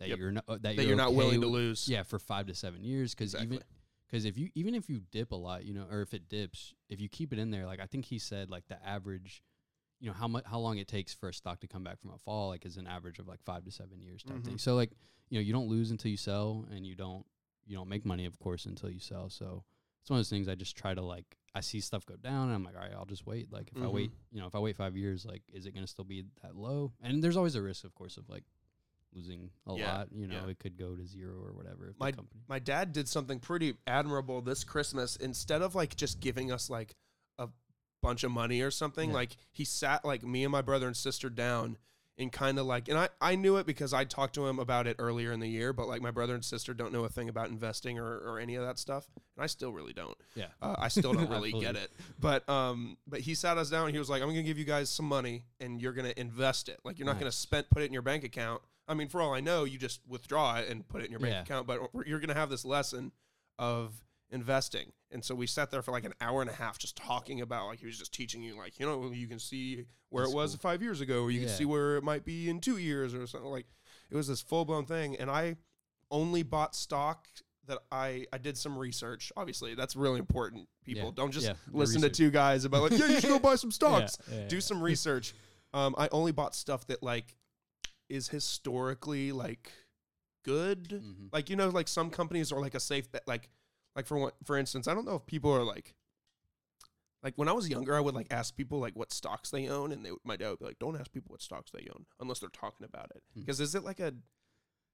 S2: that
S1: Yep.
S2: you're not that,
S1: that you're not willing to
S2: okay with-
S1: lose.
S2: Yeah, for five to seven years, because even
S1: Exactly.
S2: because if you even if you dip a lot, you know, or if it dips, if you keep it in there, like I think he said, like the average. You know how much how long it takes for a stock to come back from a fall, like is an average of like five to seven years type
S1: Mhm.
S2: thing. So like you know you don't lose until you sell, and you don't you don't make money of course until you sell. So it's one of those things I just try to like I see stuff go down, and I'm like, all right, I'll just wait. Like if I
S1: Mhm.
S2: wait, you know, if I wait five years, like is it gonna still be that low? And there's always a risk, of course, of like losing a
S1: Yeah,
S2: lot. You know,
S1: yeah.
S2: it could go to zero or whatever. If
S1: My-
S2: the company.
S1: My dad did something pretty admirable this Christmas. Instead of like just giving us like a bunch of money or something,
S2: Yeah.
S1: like he sat like me and my brother and sister down and kind of like and I, I knew it because I talked to him about it earlier in the year, but like my brother and sister don't know a thing about investing or, or any of that stuff. And I still really don't.
S2: Yeah.
S1: Uh, I still don't really
S2: Absolutely.
S1: get it. But um but he sat us down and he was like, I'm gonna give you guys some money and you're gonna invest it. Like you're not gonna spend put it in your bank account. I mean, for all I know, you just withdraw it and put it in your bank
S2: Yeah.
S1: account, but you're gonna have this lesson of investing. And so we sat there for like an hour and a half just talking about like he was just teaching you like, you know, you can see where
S2: That's
S1: it was
S2: cool.
S1: five years ago, or you
S2: Yeah.
S1: can see where it might be in two years or something. Like it was this full blown thing. And I only bought stock that I I did some research. Obviously, that's really important. People
S2: Yeah.
S1: don't just
S2: Yeah. The
S1: listen to
S2: research.
S1: two guys about like, yeah, you should go buy some stocks.
S2: Yeah, yeah,
S1: Do
S2: yeah.
S1: some research. Um, I only bought stuff that like is historically like good.
S2: Mhm.
S1: Like you know, like some companies are like a safe bet. Like, like for one, for instance, I don't know if people are like, like when I was younger, I would like ask people like what stocks they own, and they would- my dad would be like, "Don't ask people what stocks they own unless they're talking about it."
S2: Hmm.
S1: Because is it like a,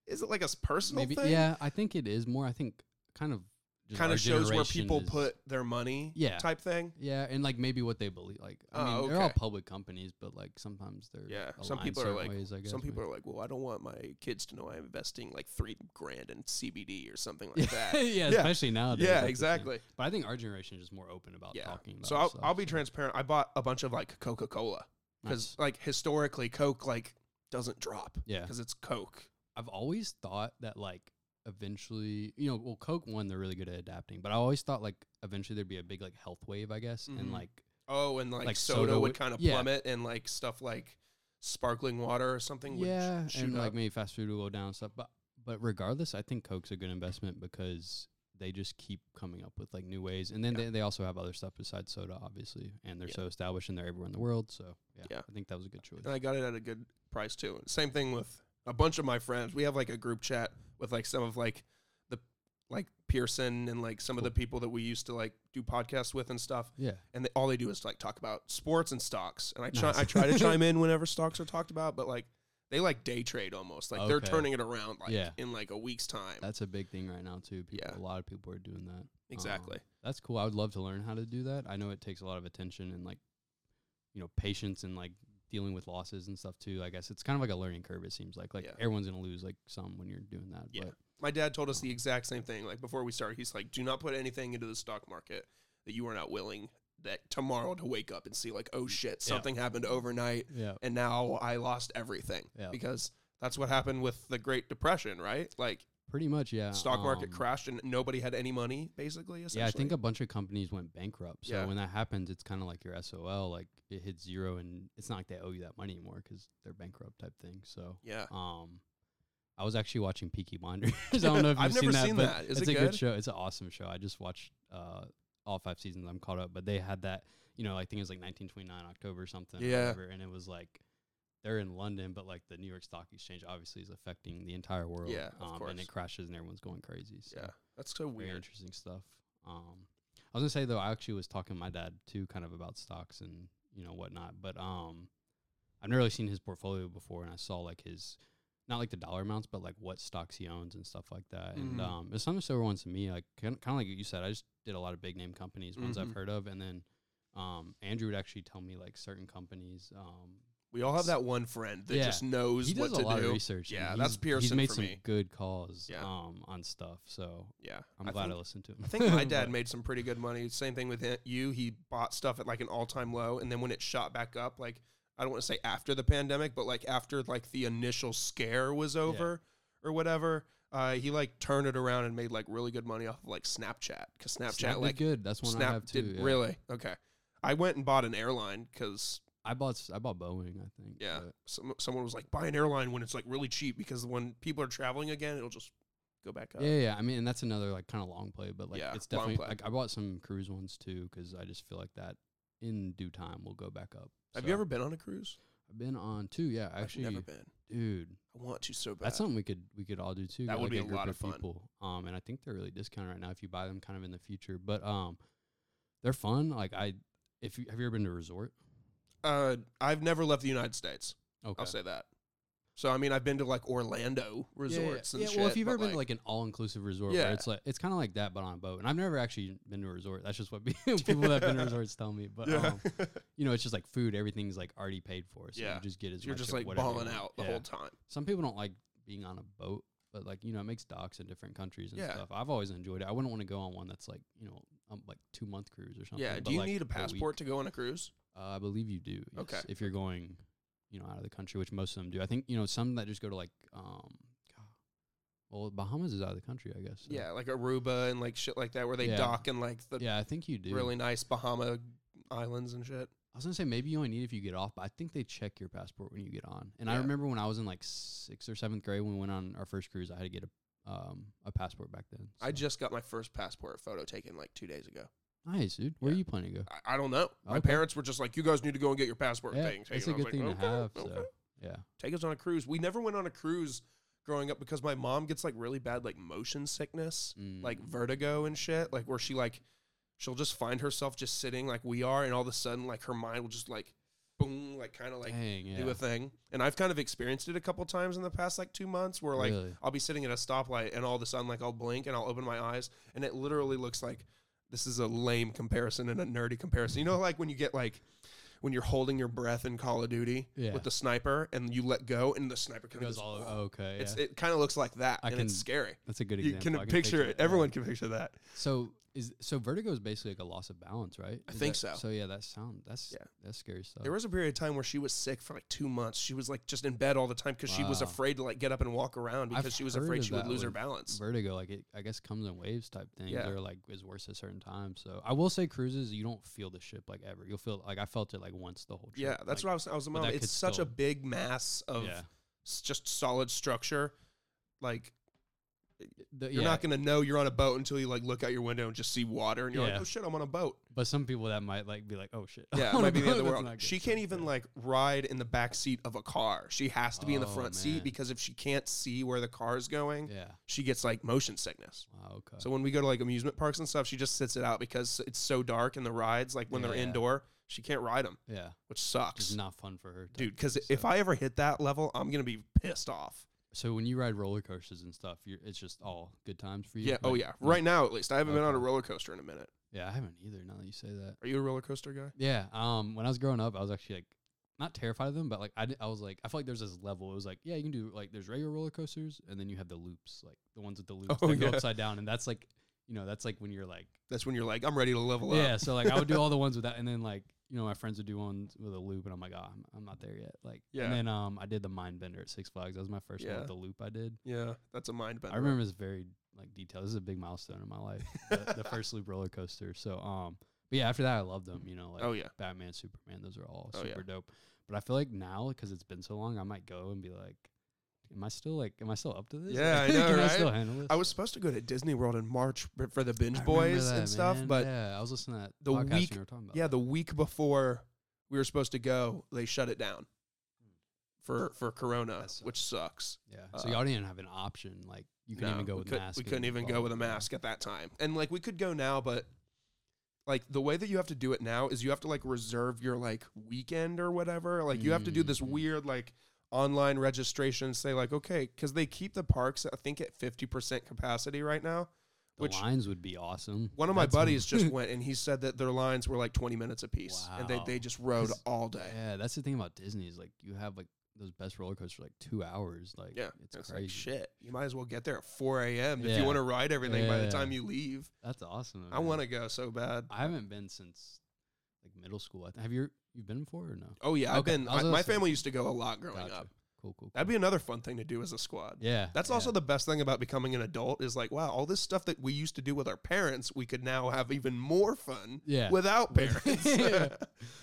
S1: is it like a s- personal
S2: Maybe
S1: thing?
S2: yeah, I think it is more. I think kind of just
S1: Kind
S2: our
S1: of shows where
S2: generation
S1: people
S2: is-
S1: put their money.
S2: Yeah.
S1: Type thing.
S2: Yeah, and like maybe what they believe. Like I mean,
S1: Oh,
S2: they're all
S1: okay.
S2: public companies, but like sometimes they're
S1: Yeah.
S2: aligned
S1: Some people are
S2: certain
S1: like.
S2: ways, I guess,
S1: some
S2: maybe.
S1: people are like, "Well, I don't want my kids to know I'm investing like three grand in CBD or something like that." Yeah.
S2: yeah, especially nowadays.
S1: yeah.
S2: that's the thing.
S1: Exactly.
S2: But I think our generation is just more open about talking about.
S1: so I'll,
S2: stuff,
S1: I'll be transparent i bought a bunch of like coca-cola because like historically coke like doesn't drop
S2: Yeah,
S1: because it's coke
S2: I've always thought that like eventually, you know, well, Coke one they're really good at adapting, but I always thought like eventually there'd be a big like health wave, I guess,
S1: Mhm.
S2: and like
S1: oh and like,
S2: Like
S1: soda,
S2: soda
S1: would
S2: would-
S1: kind of
S2: yeah.
S1: plummet and like stuff like sparkling water or something would
S2: yeah,
S1: sh- shoot
S2: and
S1: up.
S2: like maybe fast food will go down and stuff. But but regardless, I think Coke's a good investment because they just keep coming up with like new ways, and then
S1: Yeah.
S2: they, they also have other stuff besides soda, obviously, and they're
S1: Yeah.
S2: so established and they're everywhere in the world. So yeah,
S1: Yeah.
S2: I think that was a good choice.
S1: and i got it at a good price too same thing with a bunch of my friends we have like a group chat with like some of like the like pearson and like some of the people that we used to like do podcasts with and stuff
S2: yeah,
S1: and they, all they do is like talk about sports and stocks. And I try,
S2: Nice.
S1: I try to chime in whenever stocks are talked about, but like they like day trade almost. Like they're
S2: Okay.
S1: turning it around like
S2: Yeah.
S1: in like a week's time.
S2: that's a big thing right now too. People,
S1: Yeah.
S2: a lot of people are doing that.
S1: exactly.
S2: That's cool. I would love to learn how to do that. I know it takes a lot of attention and like, you know, patience and like dealing with losses and stuff too. I guess it's kind of like a learning curve. It seems like like
S1: Yeah.
S2: everyone's gonna lose like some when you're doing that.
S1: Yeah.
S2: But
S1: My dad told us the exact same thing. Like before we started, he's like, "Do not put anything into the stock market that you are not willing that tomorrow to wake up and see like, oh shit, something happened overnight,
S2: yeah,
S1: and now I lost everything
S2: Yeah.
S1: because." That's what happened with the Great Depression, right? Like
S2: pretty much. Yeah.
S1: stock market
S2: Um,
S1: crashed and nobody had any money, basically.
S2: Yeah, I
S1: Essentially.
S2: think a bunch of companies went bankrupt. So
S1: Yeah.
S2: when that happens, it's kind of like your SOL. Like it hits zero, and it's not like they owe you that money anymore because they're bankrupt type thing. So
S1: yeah,
S2: Um, I was actually watching Peaky Blinders. I don't know if you've
S1: I've
S2: seen,
S1: never
S2: that,
S1: seen
S2: but
S1: that. Is it
S2: it's a
S1: good?
S2: good show. It's an awesome show. I just watched uh, all five seasons. I'm caught up, but they had that. You know, I think it was like 1929 October or something. or
S1: Yeah.
S2: whatever, and it was like they're in London, but like the New York Stock Exchange obviously is affecting the entire world.
S1: Yeah, of
S2: um, and
S1: course.
S2: it crashes and everyone's going crazy. So
S1: yeah, that's so
S2: very
S1: weird.
S2: interesting stuff. Um, I was gonna say though, I actually was talking to my dad too, kind of about stocks and you know whatnot. But um, I've never really seen his portfolio before, and I saw like his not like the dollar amounts, but like what stocks he owns and stuff like that.
S1: Mhm.
S2: And um, it's something so everyone's to me, like kind of like you said, I just did a lot of big name companies, ones
S1: Mhm.
S2: I've heard of, and then um, Andrew would actually tell me like certain companies. Um,
S1: We all have that one friend that
S2: Yeah.
S1: just knows
S2: he does
S1: what
S2: a
S1: to
S2: lot
S1: do.
S2: of research. and
S1: Yeah,
S2: he's-
S1: that's
S2: He's
S1: Pearson
S2: made
S1: for
S2: some
S1: me.
S2: good calls
S1: Yeah.
S2: um, on stuff, so
S1: Yeah,
S2: I'm
S1: I
S2: glad
S1: think-
S2: I listened to him.
S1: I think my dad made some pretty good money. Same thing with hi- you. He bought stuff at like an all-time low, and then when it shot back up, like I don't want to say after the pandemic, but like after like the initial scare was over or whatever, uh, he like turned it around and made like really good money off of like Snapchat because Snapchat
S2: Snap did
S1: like
S2: good. That's one I
S1: Snap
S2: have too.
S1: did
S2: yeah.
S1: really okay. I went and bought an airline because
S2: I bought s- I bought Boeing. I think.
S1: Yeah.
S2: but-
S1: some, someone was like, buy an airline when it's like really cheap because when people are traveling again, it'll just go back up.
S2: yeah, yeah. I mean, and that's another like kind of long play, but like
S1: Yeah,
S2: it's
S1: long
S2: definitely
S1: play.
S2: like I bought some cruise ones too because I just feel like that in due time will go back up.
S1: Have
S2: So,
S1: you ever been on a cruise?
S2: I've been on two. Yeah, actually,
S1: I've never been.
S2: dude,
S1: I want to so bad.
S2: that's something we could we could all do too.
S1: That
S2: get,
S1: would
S2: like,
S1: be a
S2: group
S1: lot of fun.
S2: people. Um, and I think they're really discounted right now if you buy them kind of in the future, but um, they're fun. Like I, if you have you ever been to a resort?
S1: uh, I've never left the United States.
S2: Okay.
S1: I'll say that. So I mean, I've been to like Orlando resorts
S2: yeah, yeah.
S1: and
S2: yeah
S1: shit.
S2: well, if you've
S1: but,
S2: ever been to
S1: like,
S2: like an all-inclusive resort, where
S1: Yeah.
S2: it's like it's kind of like that, but on a boat. And I've never actually been to a resort. That's just what people that have been to resorts tell me. But um,
S1: yeah,
S2: you know, it's just like food. Everything's like already paid for, so
S1: Yeah.
S2: you just get as
S1: you're
S2: much
S1: just
S2: of
S1: like
S2: whatever you
S1: balling
S2: want.
S1: out the
S2: Yeah.
S1: whole time.
S2: Some people don't like being on a boat, but like you know, it makes docks in different countries and
S1: Yeah.
S2: stuff. I've always enjoyed it. I wouldn't want to go on one that's like you know, um, like two month cruise or something.
S1: Yeah.
S2: but,
S1: Do you
S2: like,
S1: need a
S2: week.
S1: passport to go on a cruise?
S2: Uh, I believe you do. yes,
S1: Okay.
S2: If you're going, you know, out of the country, which most of them do. I think you know some that just go to like, um, well, Bahamas is out of the country, I guess. so-
S1: Yeah, like Aruba and like shit like that, where they
S2: Yeah.
S1: dock in like the
S2: Yeah, I think you do.
S1: really nice Bahama islands and shit.
S2: I was gonna say maybe you only need it if you get off, but I think they check your passport when you get on. And I
S1: Yeah.
S2: remember when I was in like sixth or seventh grade when we went on our first cruise, I had to get a um a passport back then.
S1: I
S2: so-
S1: just got my first passport photo taken like two days ago.
S2: nice, dude. Where
S1: Yeah.
S2: are you planning to go?
S1: I, I don't know. My
S2: Okay.
S1: parents were just like, "You guys need to go and get your passport
S2: Yeah,
S1: thing." taken."
S2: it's
S1: I
S2: a
S1: was
S2: good
S1: like,
S2: thing to
S1: "Okay,
S2: have.
S1: okay."
S2: So yeah.
S1: take us on a cruise. We never went on a cruise growing up because my mom gets like really bad like motion sickness,
S2: Mm.
S1: like vertigo and shit, like where she like she'll just find herself just sitting like we are and all of a sudden like her mind will just like boom, like kind of like
S2: Dang, yeah.
S1: do a thing. And I've kind of experienced it a couple times in the past like 2 months where like
S2: Really?
S1: I'll be sitting at a stoplight and all of a sudden like I'll blink and I'll open my eyes and it literally looks like this is a lame comparison and a nerdy comparison. You know like when you get like when you're holding your breath in Call of Duty
S2: Yeah.
S1: with the sniper and you let go and the sniper kind of
S2: goes all okay.
S1: it's,
S2: yeah.
S1: It kind of looks like that
S2: I
S1: and it's
S2: can-
S1: scary.
S2: That's a good
S1: You can,
S2: example. I
S1: picture, it.
S2: yeah.
S1: Everyone can picture that.
S2: So is so vertigo is basically like a loss of balance, right?
S1: I
S2: Is
S1: think
S2: that-
S1: so.
S2: So yeah, that sound that's
S1: Yeah.
S2: that's scary stuff.
S1: There was a period of time where she was sick for like two months. She was like just in bed all the time because she was
S2: Wow.
S1: afraid to like get up and walk around
S2: I've
S1: because she was
S2: heard
S1: afraid
S2: of
S1: she would
S2: that
S1: lose her
S2: with
S1: balance.
S2: vertigo like it i guess comes in waves type things
S1: Yeah.
S2: or like is worse at certain times so i will say cruises you don't feel the ship like ever you'll feel like i felt it like once the whole trip
S1: Yeah, that's
S2: like,
S1: what I was. I was
S2: but
S1: mom.
S2: that
S1: It's
S2: could
S1: such a
S2: still-
S1: big mass of
S2: yeah.
S1: s- just solid structure. Like
S2: The-
S1: you're
S2: yeah,
S1: not gonna know you're on a boat until you like look out your window and just see water, and you're
S2: Yeah.
S1: like, oh shit, I'm on a boat.
S2: but some people that might like be like oh shit
S1: Yeah, it
S2: On a
S1: might be the
S2: boat,
S1: other
S2: that's
S1: world.
S2: not good
S1: She
S2: stuff,
S1: can't even
S2: yeah.
S1: like ride in the back seat of a car. She has to be in the
S2: Oh,
S1: front seat
S2: man.
S1: because if she can't see where the car is going,
S2: yeah
S1: she gets like motion sickness.
S2: wow okay
S1: So when we go to like amusement parks and stuff, she just sits it out because it's so dark and the rides, like when they're
S2: Yeah.
S1: indoor, she can't ride them,
S2: yeah
S1: which
S2: it's
S1: sucks.
S2: not fun for her type
S1: Dude, because
S2: thing,
S1: if
S2: so.
S1: I ever hit that level, I'm going to be pissed off.
S2: so when you ride roller coasters and stuff you're it's just all good times for you
S1: Yeah. Oh,
S2: Like,
S1: yeah. Right now, at least. I haven't been on a
S2: Okay.
S1: roller coaster in a minute.
S2: yeah i haven't either now that you say that
S1: Are you a roller coaster guy?
S2: Yeah. Um, when I was growing up, I was actually like not terrified of them, but like I, di- I was like I feel like there's this level. It was like yeah, you can do like there's regular roller coasters, and then you have the loops, like the ones with the loops
S1: Oh,
S2: that
S1: yeah.
S2: go upside down, and that's like you know that's like when you're like
S1: That's when you're like, I'm ready to level
S2: yeah.
S1: up.
S2: So like I would do all the ones with that, and then like you know my friends would do ones with a loop, and I'm like oh, I'm, I'm not there yet. Like
S1: Yeah.
S2: And then um I did the mind bender at Six Flags. That was my first one
S1: Yeah.
S2: with the loop I did.
S1: Yeah. That's a mind bender.
S2: I remember this very like detailed. This is a big milestone in my life, the, the first loop roller coaster. So um, but yeah, after that I loved them. You know like
S1: oh, yeah.
S2: Batman, Superman, those are all
S1: Oh,
S2: super
S1: yeah.
S2: dope. But I feel like now because it's been so long, I might go and be like, "Am I still like? Am I still up to this?
S1: Yeah, I
S2: Like,
S1: know,
S2: Can
S1: right?
S2: I still handle this?"
S1: I was supposed to go to Disney World in March b- for the
S2: I
S1: Binge
S2: remember
S1: Boys
S2: that,
S1: and stuff,
S2: man.
S1: but
S2: yeah, I was listening to that
S1: the
S2: the podcast
S1: week-
S2: week, you were talking about.
S1: yeah,
S2: that.
S1: the week before we were supposed to go, they shut it down for for Corona,
S2: Hmm. That sucks.
S1: which sucks.
S2: yeah. So y'all didn't even have an option. Like you couldn't
S1: Uh, No,
S2: even go
S1: we
S2: with
S1: could-
S2: mask.
S1: We
S2: and
S1: couldn't even
S2: blah,
S1: go with a
S2: blah, blah.
S1: mask at that time. And like we could go now, but like the way that you have to do it now is you have to like reserve your like weekend or whatever. Like you have to do this
S2: Mm.
S1: weird like online registration. Say like okay, because they keep the parks I think at fifty percent capacity right now.
S2: The
S1: Which
S2: lines would be awesome.
S1: one of my
S2: That's-
S1: buddies just went and he said that their lines were like twenty minutes apiece, and they
S2: Wow.
S1: they just rode
S2: 'Cause-
S1: all day.
S2: yeah, that's the thing about Disney is like you have like those best roller coasters for, like two hours. Like
S1: Yeah,
S2: it's,
S1: it's,
S2: crazy.
S1: like shit. You might as well get there at four a.m. if you
S2: Yeah.
S1: want to ride everything by the
S2: Yeah.
S1: time you leave.
S2: That's awesome.
S1: I want to go so bad.
S2: I haven't been since like middle school. I th- Have you? You've been before or no?
S1: Oh yeah, I've
S2: Okay,
S1: been.
S2: I was
S1: I,
S2: gonna
S1: my
S2: say-
S1: family used to go a lot growing
S2: Gotcha.
S1: up.
S2: Cool, cool.
S1: That'd be another fun thing to do as a squad.
S2: Yeah.
S1: That's
S2: yeah.
S1: also the best thing about becoming an adult is like, wow, all this stuff that we used to do with our parents, we could now have even more fun
S2: yeah.
S1: without
S2: With-
S1: parents. yeah,
S2: Yeah.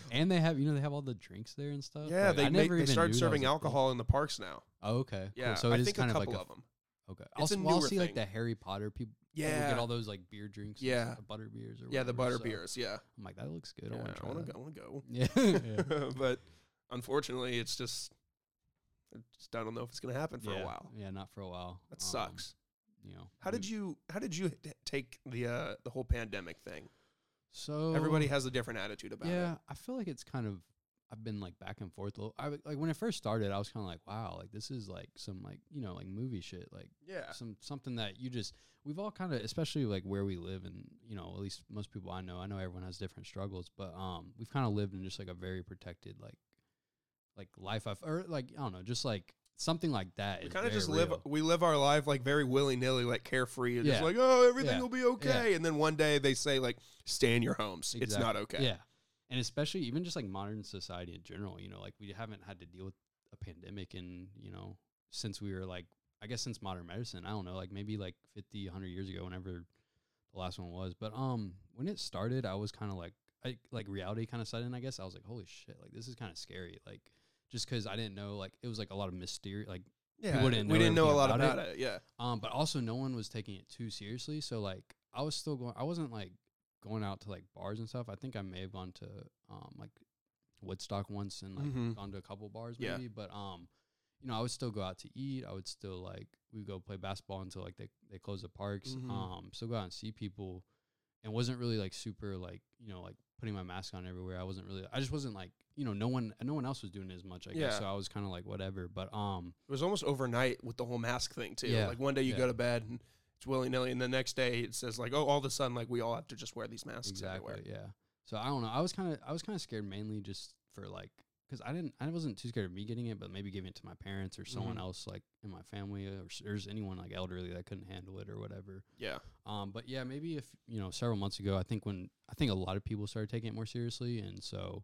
S2: and they have you know they have all the drinks there and stuff. Like,
S1: they
S2: I
S1: make,
S2: never
S1: they
S2: even
S1: started
S2: knew that was
S1: serving
S2: a thing.
S1: alcohol in the parks now.
S2: Oh, okay. cool.
S1: Yeah,
S2: So
S1: I
S2: it is
S1: think
S2: kind
S1: a
S2: of like
S1: couple
S2: a
S1: of them.
S2: okay.
S1: It's
S2: Also,
S1: a
S2: well, I'll
S1: newer
S2: see like the
S1: thing.
S2: Harry Potter people. people
S1: Yeah,
S2: get all those like beer drinks. and
S1: Yeah.
S2: stuff, the butter beers or
S1: yeah, the butter
S2: whatever, so
S1: beers. Yeah,
S2: I'm like that looks good.
S1: yeah
S2: I want
S1: I
S2: to try
S1: want to
S2: that.
S1: go. I want to go.
S2: Yeah. yeah.
S1: but unfortunately, it's just, I just I don't know if it's gonna happen for
S2: Yeah,
S1: a while.
S2: Yeah, not for a while.
S1: That
S2: Um,
S1: sucks.
S2: You know.
S1: How did
S2: we-
S1: you How did you t- take the uh, the whole pandemic thing?
S2: So
S1: Everybody has a different attitude about
S2: Oh. yeah,
S1: it.
S2: I feel like it's kind of I've been like back and forth. a little- I w- like when I first started, I was kind of like, wow, like this is like some like you know like movie shit, like
S1: Yeah.
S2: some something that you just we've all kind of especially like where we live and you know at least most people I know I know everyone has different struggles, but um we've kind of lived in just like a very protected like like life I've, or like I don't know just like something like that.
S1: We
S2: is
S1: kind of
S2: very
S1: just live
S2: real.
S1: we live our life like very willy nilly, like carefree, and just
S2: Yeah.
S1: like oh everything
S2: Yeah.
S1: will be okay. And then one day they say like stay in your homes. It's
S2: Exact-
S1: not okay.
S2: Yeah. And especially even just like modern society in general, you know, like we haven't had to deal with a pandemic in, you know, since we were like, I guess since modern medicine, I don't know, like maybe like 50, 100 years ago, whenever the last one was. But um, when it started, I was kind of like, I, like reality kind of set in, I guess. I was like, holy shit, like this is kind of scary. Like, just because I didn't know, like, it was like a lot of mysterious, like,
S1: Yeah,
S2: People didn't
S1: we
S2: know
S1: didn't know a lot
S2: everything
S1: about
S2: about
S1: it. Yeah,
S2: um, but also no one was taking it too seriously. So like I was still going. I wasn't like going out to like bars and stuff. I think I may have gone to um like Woodstock once and like
S1: Mhm.
S2: gone to a couple bars
S1: Yeah.
S2: maybe. But um, you know, I would still go out to eat. I would still like we go play basketball until like they they close the parks.
S1: Mhm.
S2: Um, still go out and see people, and wasn't really like super like you know like putting my mask on everywhere. I wasn't really. I just wasn't like you know no one no one else was doing it as much. I
S1: Yeah.
S2: guess so. I was kind of like whatever. But um,
S1: it was almost overnight with the whole mask thing too.
S2: Yeah,
S1: Like one day you
S2: yeah.
S1: go to bed and it's willy nilly, and the next day it says like oh all of a sudden like we all have to just wear these masks
S2: exactly
S1: everywhere.
S2: yeah so i don't know i was kind of i was kind of scared mainly just for like because i didn't i wasn't too scared of me getting it but maybe giving it to my parents or someone
S1: Mhm.
S2: else like in my family or s- or s- anyone like elderly that couldn't handle it or whatever
S1: Yeah,
S2: um but yeah maybe if you know several months ago i think when i think a lot of people started taking it more seriously and so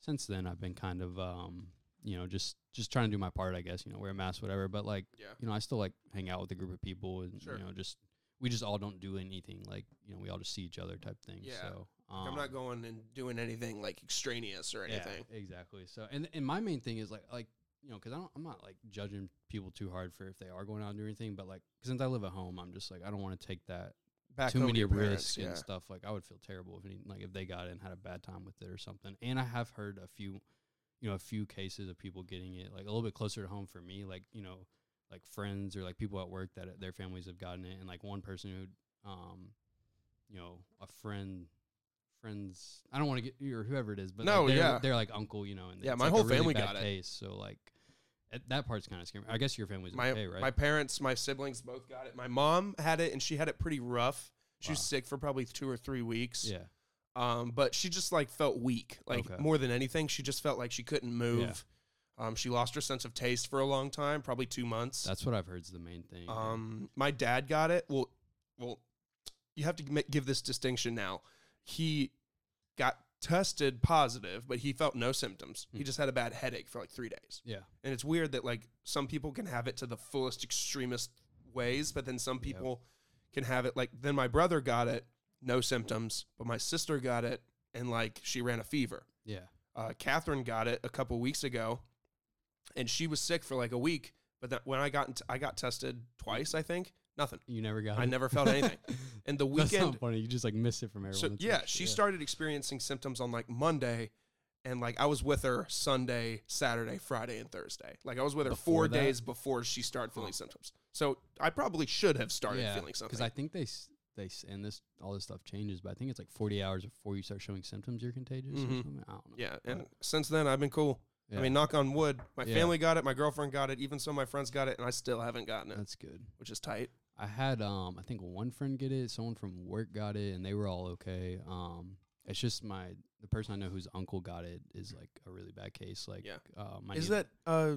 S2: since then i've been kind of um you know just just trying to do my part i guess you know wear a mask whatever but like
S1: yeah.
S2: you know, I still like hang out with a group of people and
S1: Sure.
S2: you know, just we just all don't do anything like, you know, we all just see each other type thing.
S1: Yeah.
S2: So um,
S1: I'm not going and doing anything like extraneous or anything.
S2: Yeah, exactly. So and and my main thing is like like you know, because I don't, I'm not like judging people too hard for if they are going out and doing anything, but like since I live at home, I'm just like I don't want to take that
S1: Back
S2: too
S1: home to
S2: many
S1: your parents,
S2: risks and
S1: yeah.
S2: stuff. Like I would feel terrible if any, like if they got it and had a bad time with it or something. And I have heard a few, you know, a few cases of people getting it like a little bit closer to home for me, like you know, like friends or like people at work that uh, their families have gotten it, and like one person who, um, you know, a friend. Friends, I don't want to get or whoever it is, but
S1: No,
S2: like, they're,
S1: yeah.
S2: they're like uncle, you know, and
S1: Yeah,
S2: it's,
S1: my
S2: like, a
S1: whole
S2: really
S1: family
S2: bad
S1: got it.
S2: Case, so like at- that part's kind of scary. I guess your family's
S1: My
S2: okay, right?
S1: my parents, my siblings both got it. My mom had it and she had it pretty rough. She was
S2: Wow.
S1: sick for probably two or three weeks.
S2: yeah,
S1: Um, but she just like felt weak, like
S2: Okay.
S1: more than anything. She just felt like she couldn't move. Um, she lost her sense of taste for a long time, probably two months.
S2: that's what I've heard is the main thing. yeah.
S1: Um, my dad got it. Well, well, you have to ma- give this distinction now. He got tested positive, but he felt no symptoms. He
S2: Hmm.
S1: just had a bad headache for like three days.
S2: yeah,
S1: And it's weird that like some people can have it to the fullest extremist ways, but then some
S2: Yep.
S1: people can have it like then my brother got it, no symptoms, but my sister got it and like she ran a fever.
S2: yeah.
S1: Uh, Catherine got it a couple weeks ago, and she was sick for like a week. But that when I got int- I got tested twice, I think nothing.
S2: You never got.
S1: I
S2: it?
S1: never felt anything. And the
S2: That's not
S1: weekend,
S2: funny. You just like miss it from everyone.
S1: so
S2: That's
S1: yeah,
S2: like-
S1: she started experiencing symptoms on like Monday, and like I was with her Sunday, Saturday, Friday, and Thursday. Like I was with her four
S2: Before that?
S1: days before she started feeling
S2: Huh.
S1: symptoms. So I probably should have started
S2: Yeah,
S1: feeling something.
S2: because I think they s- they s- and this all this stuff changes, but I think it's like 40 hours before you start showing symptoms you're contagious or
S1: Mhm.
S2: something. I don't know.
S1: yeah, and since then I've been cool.
S2: Yeah,
S1: I mean, knock on wood. My
S2: Yeah.
S1: family got it. My girlfriend got it. Even so, my friends got it, and I still haven't gotten it,
S2: that's good.
S1: which is tight.
S2: I had um I think one friend get it, someone from work got it, and they were all okay. Um, it's just my the person I know whose uncle got it is like a really bad case. Like
S1: Yeah.
S2: uh, my
S1: Is
S2: niece-
S1: that uh,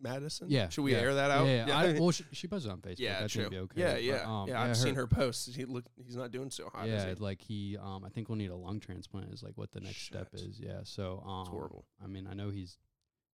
S1: Madison?
S2: Yeah,
S1: Should we
S2: yeah.
S1: air that out?
S2: Yeah, yeah. I, well, she, she posted on Facebook.
S1: Yeah,
S2: I think
S1: true.
S2: it'd be okay.
S1: yeah,
S2: but,
S1: yeah,
S2: um,
S1: yeah.
S2: I
S1: I've
S2: heard-
S1: seen her posts. He look, he's not doing so hot. is
S2: yeah,
S1: he?
S2: like he, um, I think we'll need a long transplant. Is like what the next step
S1: Shit.
S2: is. Yeah, so um,
S1: it's horrible.
S2: I mean, I know he's,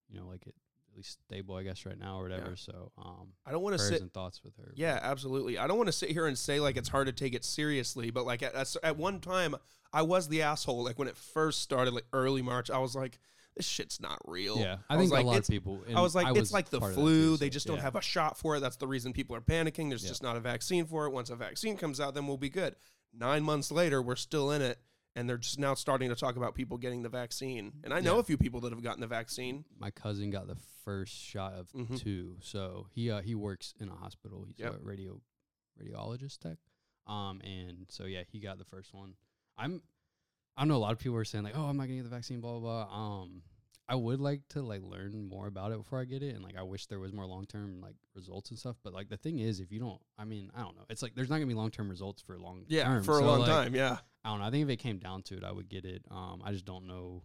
S2: you know, like it, at least stable, I guess, right now or whatever.
S1: Yeah.
S2: So um,
S1: I don't want to
S2: prayers
S1: sit.
S2: and thoughts with her.
S1: Yeah, absolutely. I don't want to sit here and say like it's hard to take it seriously, but like at- at, at one time I was the asshole. Like when it first started, like early March, I was like, this shit's not real.
S2: yeah. I,
S1: I was
S2: think
S1: like,
S2: a lot
S1: it's-
S2: of people. and
S1: I was like, it's like the
S2: part of that
S1: flu.
S2: too,
S1: they
S2: so,
S1: just don't
S2: yeah.
S1: have a shot for it. That's the reason people are panicking. There's
S2: Yeah.
S1: just not a vaccine for it. Once a vaccine comes out, then we'll be good. Nine months later, we're still in it. And they're just now starting to talk about people getting the vaccine. And I know
S2: Yeah.
S1: a few people that have gotten the vaccine.
S2: My cousin got the first shot of
S1: Mhm.
S2: two, so he uh, he works in a hospital. He's
S1: Yep.
S2: a radio radiologist tech, um, and so yeah, he got the first one. I'm I know a lot of people are saying like, "Oh, I'm not gonna get the vaccine," blah blah. blah. Um, I would like to like learn more about it before I get it, and like I wish there was more long term like results and stuff. But like the thing is, if you don't, I mean, I don't know. It's like there's not gonna be long term results for long
S1: Yeah,
S2: term.
S1: for a
S2: So,
S1: long
S2: like,
S1: time. Yeah.
S2: I don't know. I think if it came down to it, I would get it. Um, I just don't know.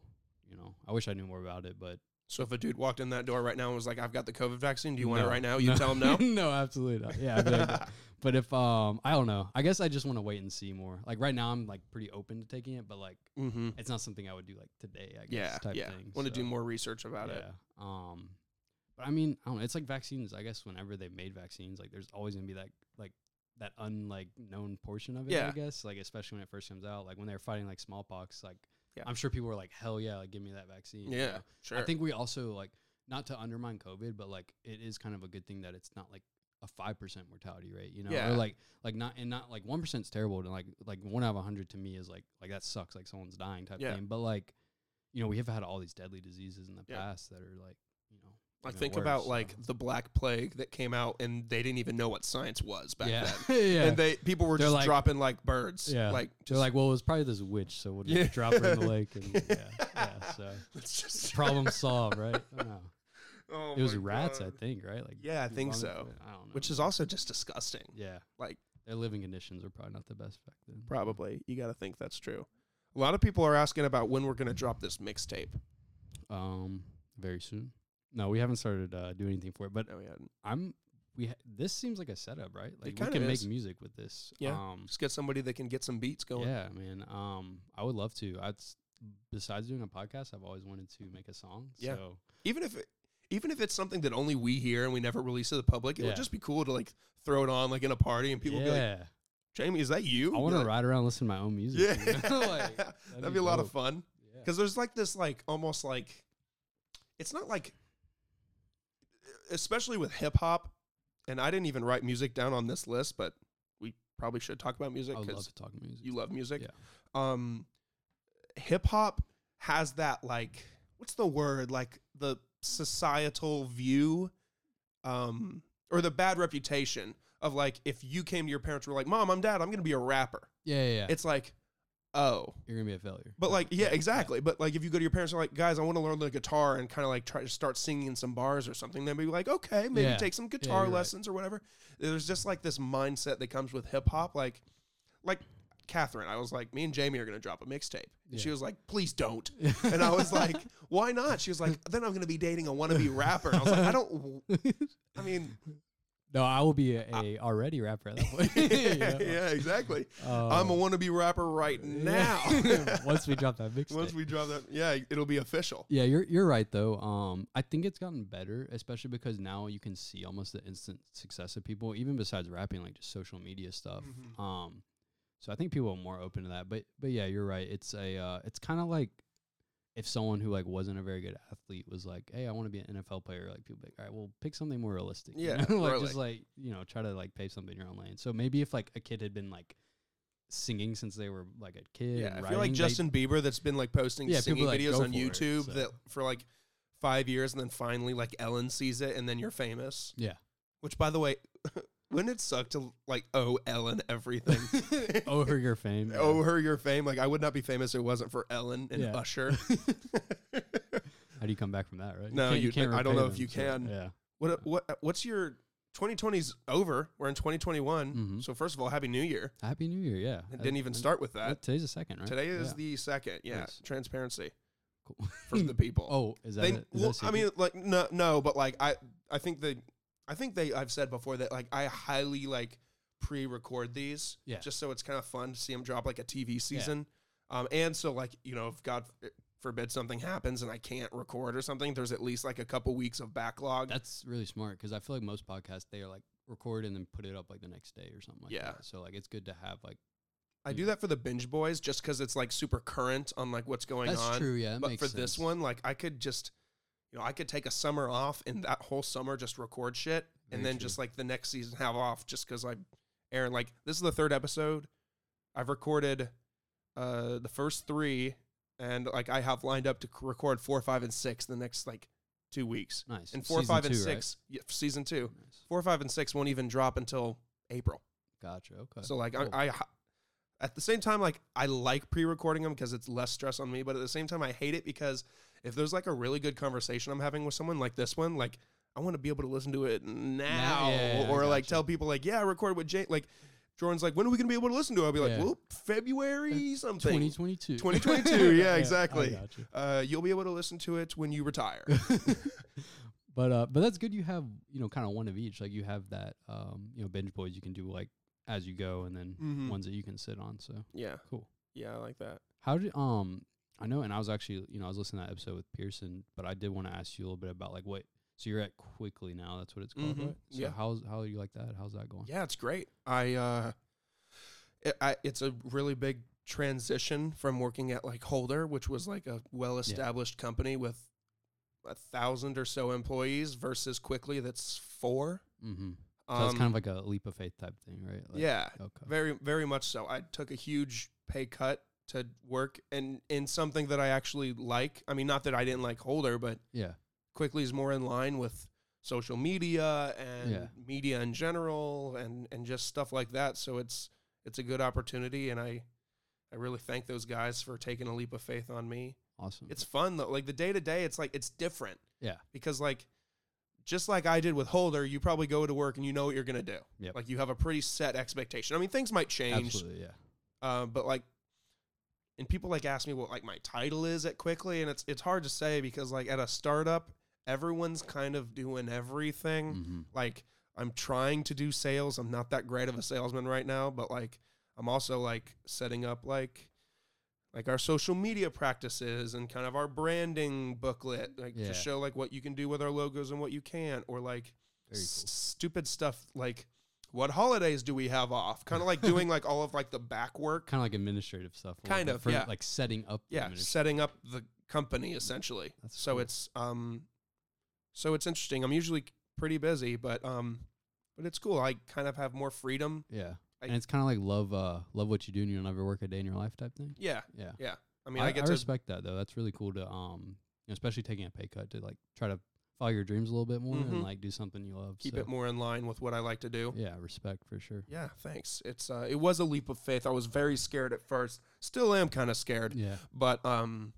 S2: You know, I wish I knew more about it, but
S1: So if a dude walked in that door right now and was like, "I've got the COVID vaccine. Do you want it
S2: No.
S1: right now?" You tell him no.
S2: no, absolutely not. Yeah, I'd be like, but if um, I don't know. I guess I just want to wait and see more. Like right now, I'm like pretty open to taking it, but like
S1: mm-hmm.
S2: it's not something I would do like today. I guess.
S1: Yeah,
S2: type
S1: yeah.
S2: Thing,
S1: Want to
S2: so.
S1: do more research about it?
S2: yeah. Um, but I mean, I don't know. It's like vaccines. I guess whenever they made vaccines, like there's always gonna be that like that unlike known portion of it.
S1: Yeah.
S2: I guess like especially when it first comes out, like when they were fighting like smallpox, like
S1: Yeah.
S2: I'm sure people were like, hell yeah, like give me that vaccine. you
S1: Yeah,
S2: know?
S1: sure.
S2: I think we also like not to undermine COVID, but like it is kind of a good thing that it's not like a five percent mortality rate, you know,
S1: Yeah.
S2: or like like not and not like one percent is terrible, and like like one out of a hundred to me is like like that sucks, like someone's dying type
S1: Yeah.
S2: thing. But like you know, we have had all these deadly diseases in the
S1: Yeah.
S2: past that are like you know
S1: Like
S2: even
S1: think
S2: worse,
S1: about
S2: so.
S1: like the Black Plague that came out, and they didn't even know what science was back
S2: yeah
S1: then.
S2: yeah.
S1: And they people were
S2: They're
S1: just
S2: like-
S1: dropping like birds.
S2: Yeah.
S1: Like
S2: They're
S1: just
S2: like, well, it was probably this witch, so we'll just
S1: Yeah.
S2: drop her in the lake and yeah, yeah. So
S1: let's just
S2: problem solved, right? I don't know.
S1: Oh
S2: It was
S1: my
S2: rats, I
S1: God.
S2: think, right? Like
S1: Yeah, I
S2: you
S1: think
S2: lung-
S1: so.
S2: I don't know. Mm-hmm.
S1: Which is also just disgusting.
S2: yeah,
S1: Like
S2: their living conditions were probably not the best back then.
S1: probably you got to think that's true. A lot of people are asking about when we're going to drop this mixtape.
S2: Um, very soon. No, we haven't started uh, doing anything for it, but
S1: No, we hadn't.
S2: I'm we. Ha- this seems like a setup, right? Like we
S1: kind
S2: can
S1: of
S2: make
S1: is.
S2: music with this.
S1: Yeah.
S2: Um,
S1: Just get somebody that can get some beats going.
S2: yeah, man. Um, I would love to. I besides doing a podcast, I've always wanted to make a song.
S1: Yeah.
S2: So
S1: even if it, even if it's something that only we hear and we never release to the public, it
S2: Yeah.
S1: would just be cool to like throw it on like in a party and people
S2: yeah,
S1: be like, "Jamie, is that you?"
S2: I
S1: Be
S2: want to
S1: like,
S2: ride around, listen to my own music.
S1: Yeah,
S2: you know? Like,
S1: that'd, be, a lot of fun
S2: Yeah.
S1: because there's like this like almost like it's not like especially with hip hop, and I didn't even write music down on this list, but we probably should talk about music
S2: I would love
S1: because
S2: to talk music.
S1: you love music.
S2: Yeah.
S1: Um, hip hop has that like what's the word like the societal view, um, or the bad reputation of like if you came to your parents and were like, "Mom, I'm dad, I'm gonna be a rapper."
S2: yeah, yeah, yeah.
S1: It's like, oh,
S2: You're gonna be a failure.
S1: but like yeah, exactly. But like if you go to your parents and like, "Guys, I want to learn the guitar and kind of like try to start singing in some bars or something," they'd be like, "Okay, maybe
S2: Yeah.
S1: take some guitar
S2: you're right.
S1: lessons or whatever." There's just like this mindset that comes with hip hop, like, like. Catherine, I was like, me and Jamie are gonna drop a mixtape. And She
S2: Yeah.
S1: was like, please don't. And I was like, why not? She was like, then I'm gonna be dating a wannabe rapper. And I was like, I don't. w- I mean,
S2: no, I will be a, a already rapper at that point. you know?
S1: yeah, exactly. I'm
S2: Um,
S1: a wannabe rapper right now.
S2: Yeah. Once we drop that mixtape.
S1: Once we drop that, yeah, it'll be official.
S2: yeah, you're you're right though. Um, I think it's gotten better, especially because now you can see almost the instant success of people, even besides rapping, like just social media stuff.
S1: Mhm.
S2: Um, so I think people are more open to that. But but yeah, you're right. It's a uh, it's kind of like if someone who like wasn't a very good athlete was like, hey, I want to be an NFL player, like people be like, all right, well, pick something more realistic. you
S1: Yeah,
S2: know? like
S1: really.
S2: just like you know, try to like pave something in your own lane. So maybe if like a kid had been like singing since they were like a kid,
S1: Yeah,
S2: and
S1: if you're like
S2: writing, they-
S1: Justin Bieber, that's been like posting
S2: Yeah,
S1: singing
S2: people, like,
S1: videos
S2: go
S1: on
S2: for it,
S1: YouTube
S2: so.
S1: that for like five years, and then finally like Ellen sees it, and then you're famous.
S2: yeah.
S1: Which, by the way, wouldn't it suck to like owe Ellen everything?
S2: Oh, her your fame. yeah.
S1: owe her your fame? Like I would not be famous if it wasn't for Ellen and
S2: Yeah.
S1: Usher.
S2: How do you come back from that, right?
S1: No,
S2: can't-
S1: you- I don't
S2: repay
S1: know if you
S2: so,
S1: can.
S2: yeah.
S1: what what what's your 2020's over? We're in 2021.
S2: Mhm.
S1: So first of all, happy New Year.
S2: Happy New Year. Yeah.
S1: It didn't even
S2: Uh,
S1: start with that.
S2: uh, Today's the second, right?
S1: Today is
S2: Yeah.
S1: the second. Yeah,
S2: Nice.
S1: transparency
S2: Cool.
S1: for the people.
S2: Oh, is that?
S1: They,
S2: it? Is that
S1: well, I
S2: secret?
S1: mean, like no, no, but like I, I think they, I think they. I've said before that like I highly like pre-record these,
S2: Yeah.
S1: just so it's kind of fun to see them drop like a TV season, um, and so like you know if God forbid something happens and I can't record or something, there's at least like a couple weeks of backlog.
S2: that's really smart because I feel like most podcasts they are like record and then put it up like the next day or something like
S1: Yeah.
S2: that. So like it's good to have like
S1: I do that for the binge boys just because it's like super current on like what's going
S2: that's
S1: on.
S2: true. Yeah, that
S1: but
S2: makes
S1: for this
S2: sense.
S1: one, like I could just, you know, I could take a summer off and that whole summer just record shit, and
S2: Very
S1: then
S2: true.
S1: just like the next season have off just because I, Aaron, like this is the third episode, I've recorded, uh, the first three, and like I have lined up to c- record four, five, and six the next like two weeks,
S2: nice
S1: and four,
S2: Season
S1: five, and
S2: two, right?
S1: six, yeah, for season two,
S2: Nice.
S1: four, five, and six won't even drop until April.
S2: Gotcha. Okay.
S1: So like I
S2: Cool.
S1: I, At the same time, like I like pre-recording them because it's less stress on me. But at the same time, I hate it because if there's like a really good conversation I'm having with someone, like this one, like I want to be able to listen to it now,
S2: yeah, yeah,
S1: or
S2: I
S1: like
S2: gotcha.
S1: tell people like, yeah, I recorded with Jay. Like Jordan's like, when are we gonna be able to listen to it? I'll be like,
S2: Yeah.
S1: well, February something.
S2: 2022.
S1: 2022, yeah, exactly.
S2: I gotcha.
S1: Uh, you'll be able to listen to it when you retire.
S2: but uh, but that's good. You have you know kind of one of each. Like you have that um, you know binge boys you can do like as you go, and then
S1: Mhm.
S2: ones that you can sit on. So
S1: yeah,
S2: cool.
S1: yeah, I like that.
S2: How did um I know, and I was actually you know I was listening to that episode with Pearson, but I did want to ask you a little bit about like what. So you're at quickly now. That's what it's called,
S1: Mhm.
S2: right? So
S1: Yeah.
S2: how's how you like that? How's that going?
S1: Yeah, it's great. I, uh, it, I it's a really big transition from working at like Holder, which was like a well-established company with a thousand or so employees, versus Quickly, that's four. Um,
S2: Mm-hmm. So that's kind of like a leap of faith type thing, right? Like, Oh.
S1: yeah,
S2: Okay.
S1: very very much so. I took a huge pay cut to work and in something that I actually like. I mean, not that I didn't like Holder, but
S2: yeah.
S1: quickly is more in line with social media and
S2: Yeah.
S1: media in general and and just stuff like that so it's it's a good opportunity and i i really thank those guys for taking a leap of faith on me
S2: Awesome.
S1: it's fun though like the day to day it's like it's different
S2: yeah.
S1: because like just like i did with holder you probably go to work and you know what you're gonna do
S2: Yep.
S1: like you have a pretty set expectation i mean things might change
S2: Absolutely. Yeah.
S1: uh, but like and people like ask me what like my title is at quickly and it's it's hard to say because like at a startup everyone's kind of doing everything
S2: Mm-hmm.
S1: like i'm trying to do sales i'm not that great of a salesman right now but like i'm also like setting up like like our social media practices and kind of our branding booklet like
S2: Yeah.
S1: to show like what you can do with our logos and what you can't or like
S2: Very
S1: s-
S2: cool.
S1: stupid stuff like what holidays do we have off kind of like doing like all of like the back work
S2: Kind of like administrative stuff. a little
S1: Kind
S2: bit
S1: of,
S2: for,
S1: yeah.
S2: Like setting up. the
S1: yeah
S2: administ-
S1: setting up the company essentially
S2: That's
S1: so
S2: cool.
S1: it's um so it's interesting i'm usually pretty busy but um but it's cool i kind of have more freedom
S2: yeah.
S1: I-
S2: and it's kind of like love, uh, love what you do, and you'll never work a day in your life type thing.
S1: yeah
S2: Yeah.
S1: i mean i, get to
S2: respect that though. That's really cool to, um, you know, especially taking a pay cut to like try to follow your dreams a little bit more
S1: Mhm.
S2: and like do something you love.
S1: keep
S2: so,
S1: it more in line with what i like to do
S2: Yeah. Respect for sure.
S1: yeah thanks it's uh it was a leap of faith i was very scared at first still am kind of scared
S2: Yeah.
S1: but um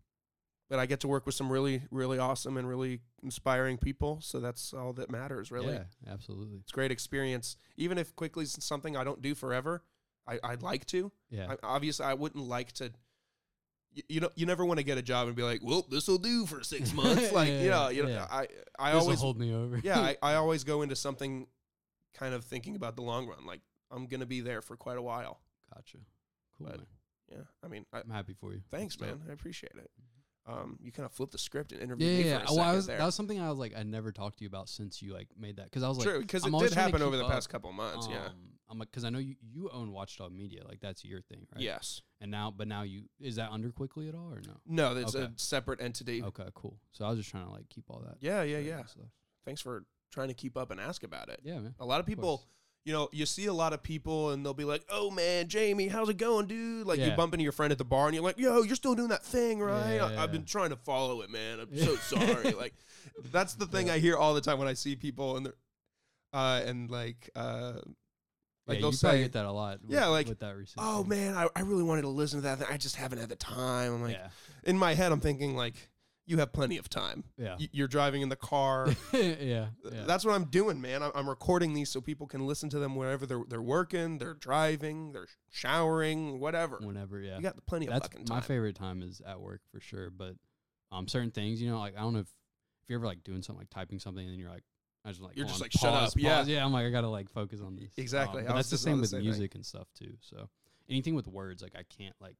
S1: but i get to work with some really really awesome and really inspiring people so that's all that matters really
S2: Yeah. Absolutely.
S1: it's a great experience even if quickly is something i don't do forever I, i'd like to
S2: Yeah.
S1: I, obviously i wouldn't like to you, you know you never want to get a job and be like well this will do for six months like you know you know
S2: Yeah.
S1: i i
S2: This'll
S1: always
S2: hold me over.
S1: yeah I, I always go into something kind of thinking about the long run like i'm gonna be there for quite a while
S2: gotcha. Cool.
S1: But-
S2: man.
S1: yeah i mean I,
S2: I'm happy for you.
S1: thanks
S2: That's dope.
S1: man i appreciate it um you kind of flipped the script and interviewed
S2: Mm-hmm. Yeah,
S1: me
S2: yeah.
S1: for
S2: yeah.
S1: a
S2: Well, I
S1: second
S2: was
S1: there
S2: that was something I was like I never talked to you about since you like made that because I was like
S1: true because
S2: I'm
S1: it
S2: always
S1: did
S2: trying to
S1: happen over
S2: keep
S1: the
S2: up,
S1: past couple months yeah
S2: um, I'm like because I know you you own Watchdog Media like that's your thing right
S1: yes
S2: and now but now you is that under quickly at all or no
S1: no that's
S2: Okay.
S1: a separate entity
S2: okay cool so I was just trying to like keep all that
S1: yeah yeah
S2: that
S1: yeah
S2: stuff.
S1: thanks for trying to keep up and ask about it
S2: yeah man
S1: A lot of
S2: Of course.
S1: people, you know, you see a lot of people and they'll be like, oh man, Jamie, how's it going, dude? Like you
S2: Yeah.
S1: bump into your friend at the bar and you're like, yo, you're still doing that thing, right? I,
S2: Yeah.
S1: I've been trying to follow it, man. I'm
S2: Yeah.
S1: so sorry. like that's the thing
S2: Yeah.
S1: I hear all the time when I see people and they're, uh, and like, uh, like
S2: yeah,
S1: they'll
S2: you probably
S1: say,
S2: get that a lot with,
S1: Yeah, like,
S2: with that recent
S1: oh
S2: thing.
S1: man, I, I really wanted to listen to that. Thing. I just haven't had the time. I'm like,
S2: yeah
S1: in my head, I'm thinking like, you have plenty of time.
S2: yeah
S1: Y- You're driving in the car.
S2: yeah
S1: Th-
S2: yeah
S1: That's what I'm doing, man. I'm, I'm recording these so people can listen to them wherever they're they're working, they're driving, they're sh- showering, whatever.
S2: whenever yeah
S1: You got plenty of
S2: that's
S1: fucking
S2: my
S1: time.
S2: favorite time is at work for sure. But um, certain things, you know, like I don't know if, if you're ever like doing something like typing something and then you're like, I just like
S1: You're
S2: hold
S1: just
S2: on,
S1: like, shut
S2: pause,
S1: up, yeah.
S2: pause. yeah. I'm like I gotta like focus on this.
S1: Exactly,
S2: Um,
S1: I
S2: but
S1: was
S2: that's the
S1: just on
S2: same
S1: the
S2: with
S1: same thing.
S2: music and stuff too. So anything with words, like I can't like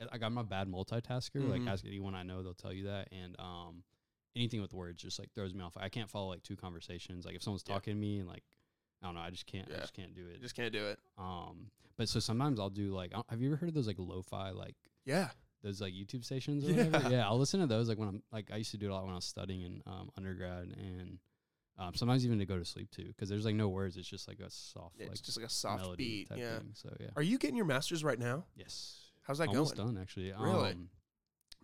S2: I- like I'm a bad multitasker.
S1: Mhm.
S2: Like ask anyone I know, they'll tell you that. And um, anything with words just like throws me off. I can't follow like two conversations. Like if someone's
S1: Yeah.
S2: talking to me and like I don't know, I just can't.
S1: Yeah.
S2: I just can't do
S1: You
S2: it.
S1: just can't do it.
S2: Um, but so sometimes I'll do like I don't- have you ever heard of those like lo-fi like
S1: Yeah.
S2: those like YouTube stations or
S1: Yeah.
S2: whatever. Yeah, I'll listen to those like when I'm like I used to do it a lot when I was studying in um, undergrad and um, sometimes even to go to sleep too because there's like no words. It's just like a soft
S1: It's
S2: like
S1: just like a soft
S2: melody
S1: beat.
S2: type
S1: Yeah.
S2: thing. So yeah,
S1: Are you getting your master's right now?
S2: yes,
S1: How's that
S2: almost
S1: going?
S2: done actually.
S1: Really?
S2: Um,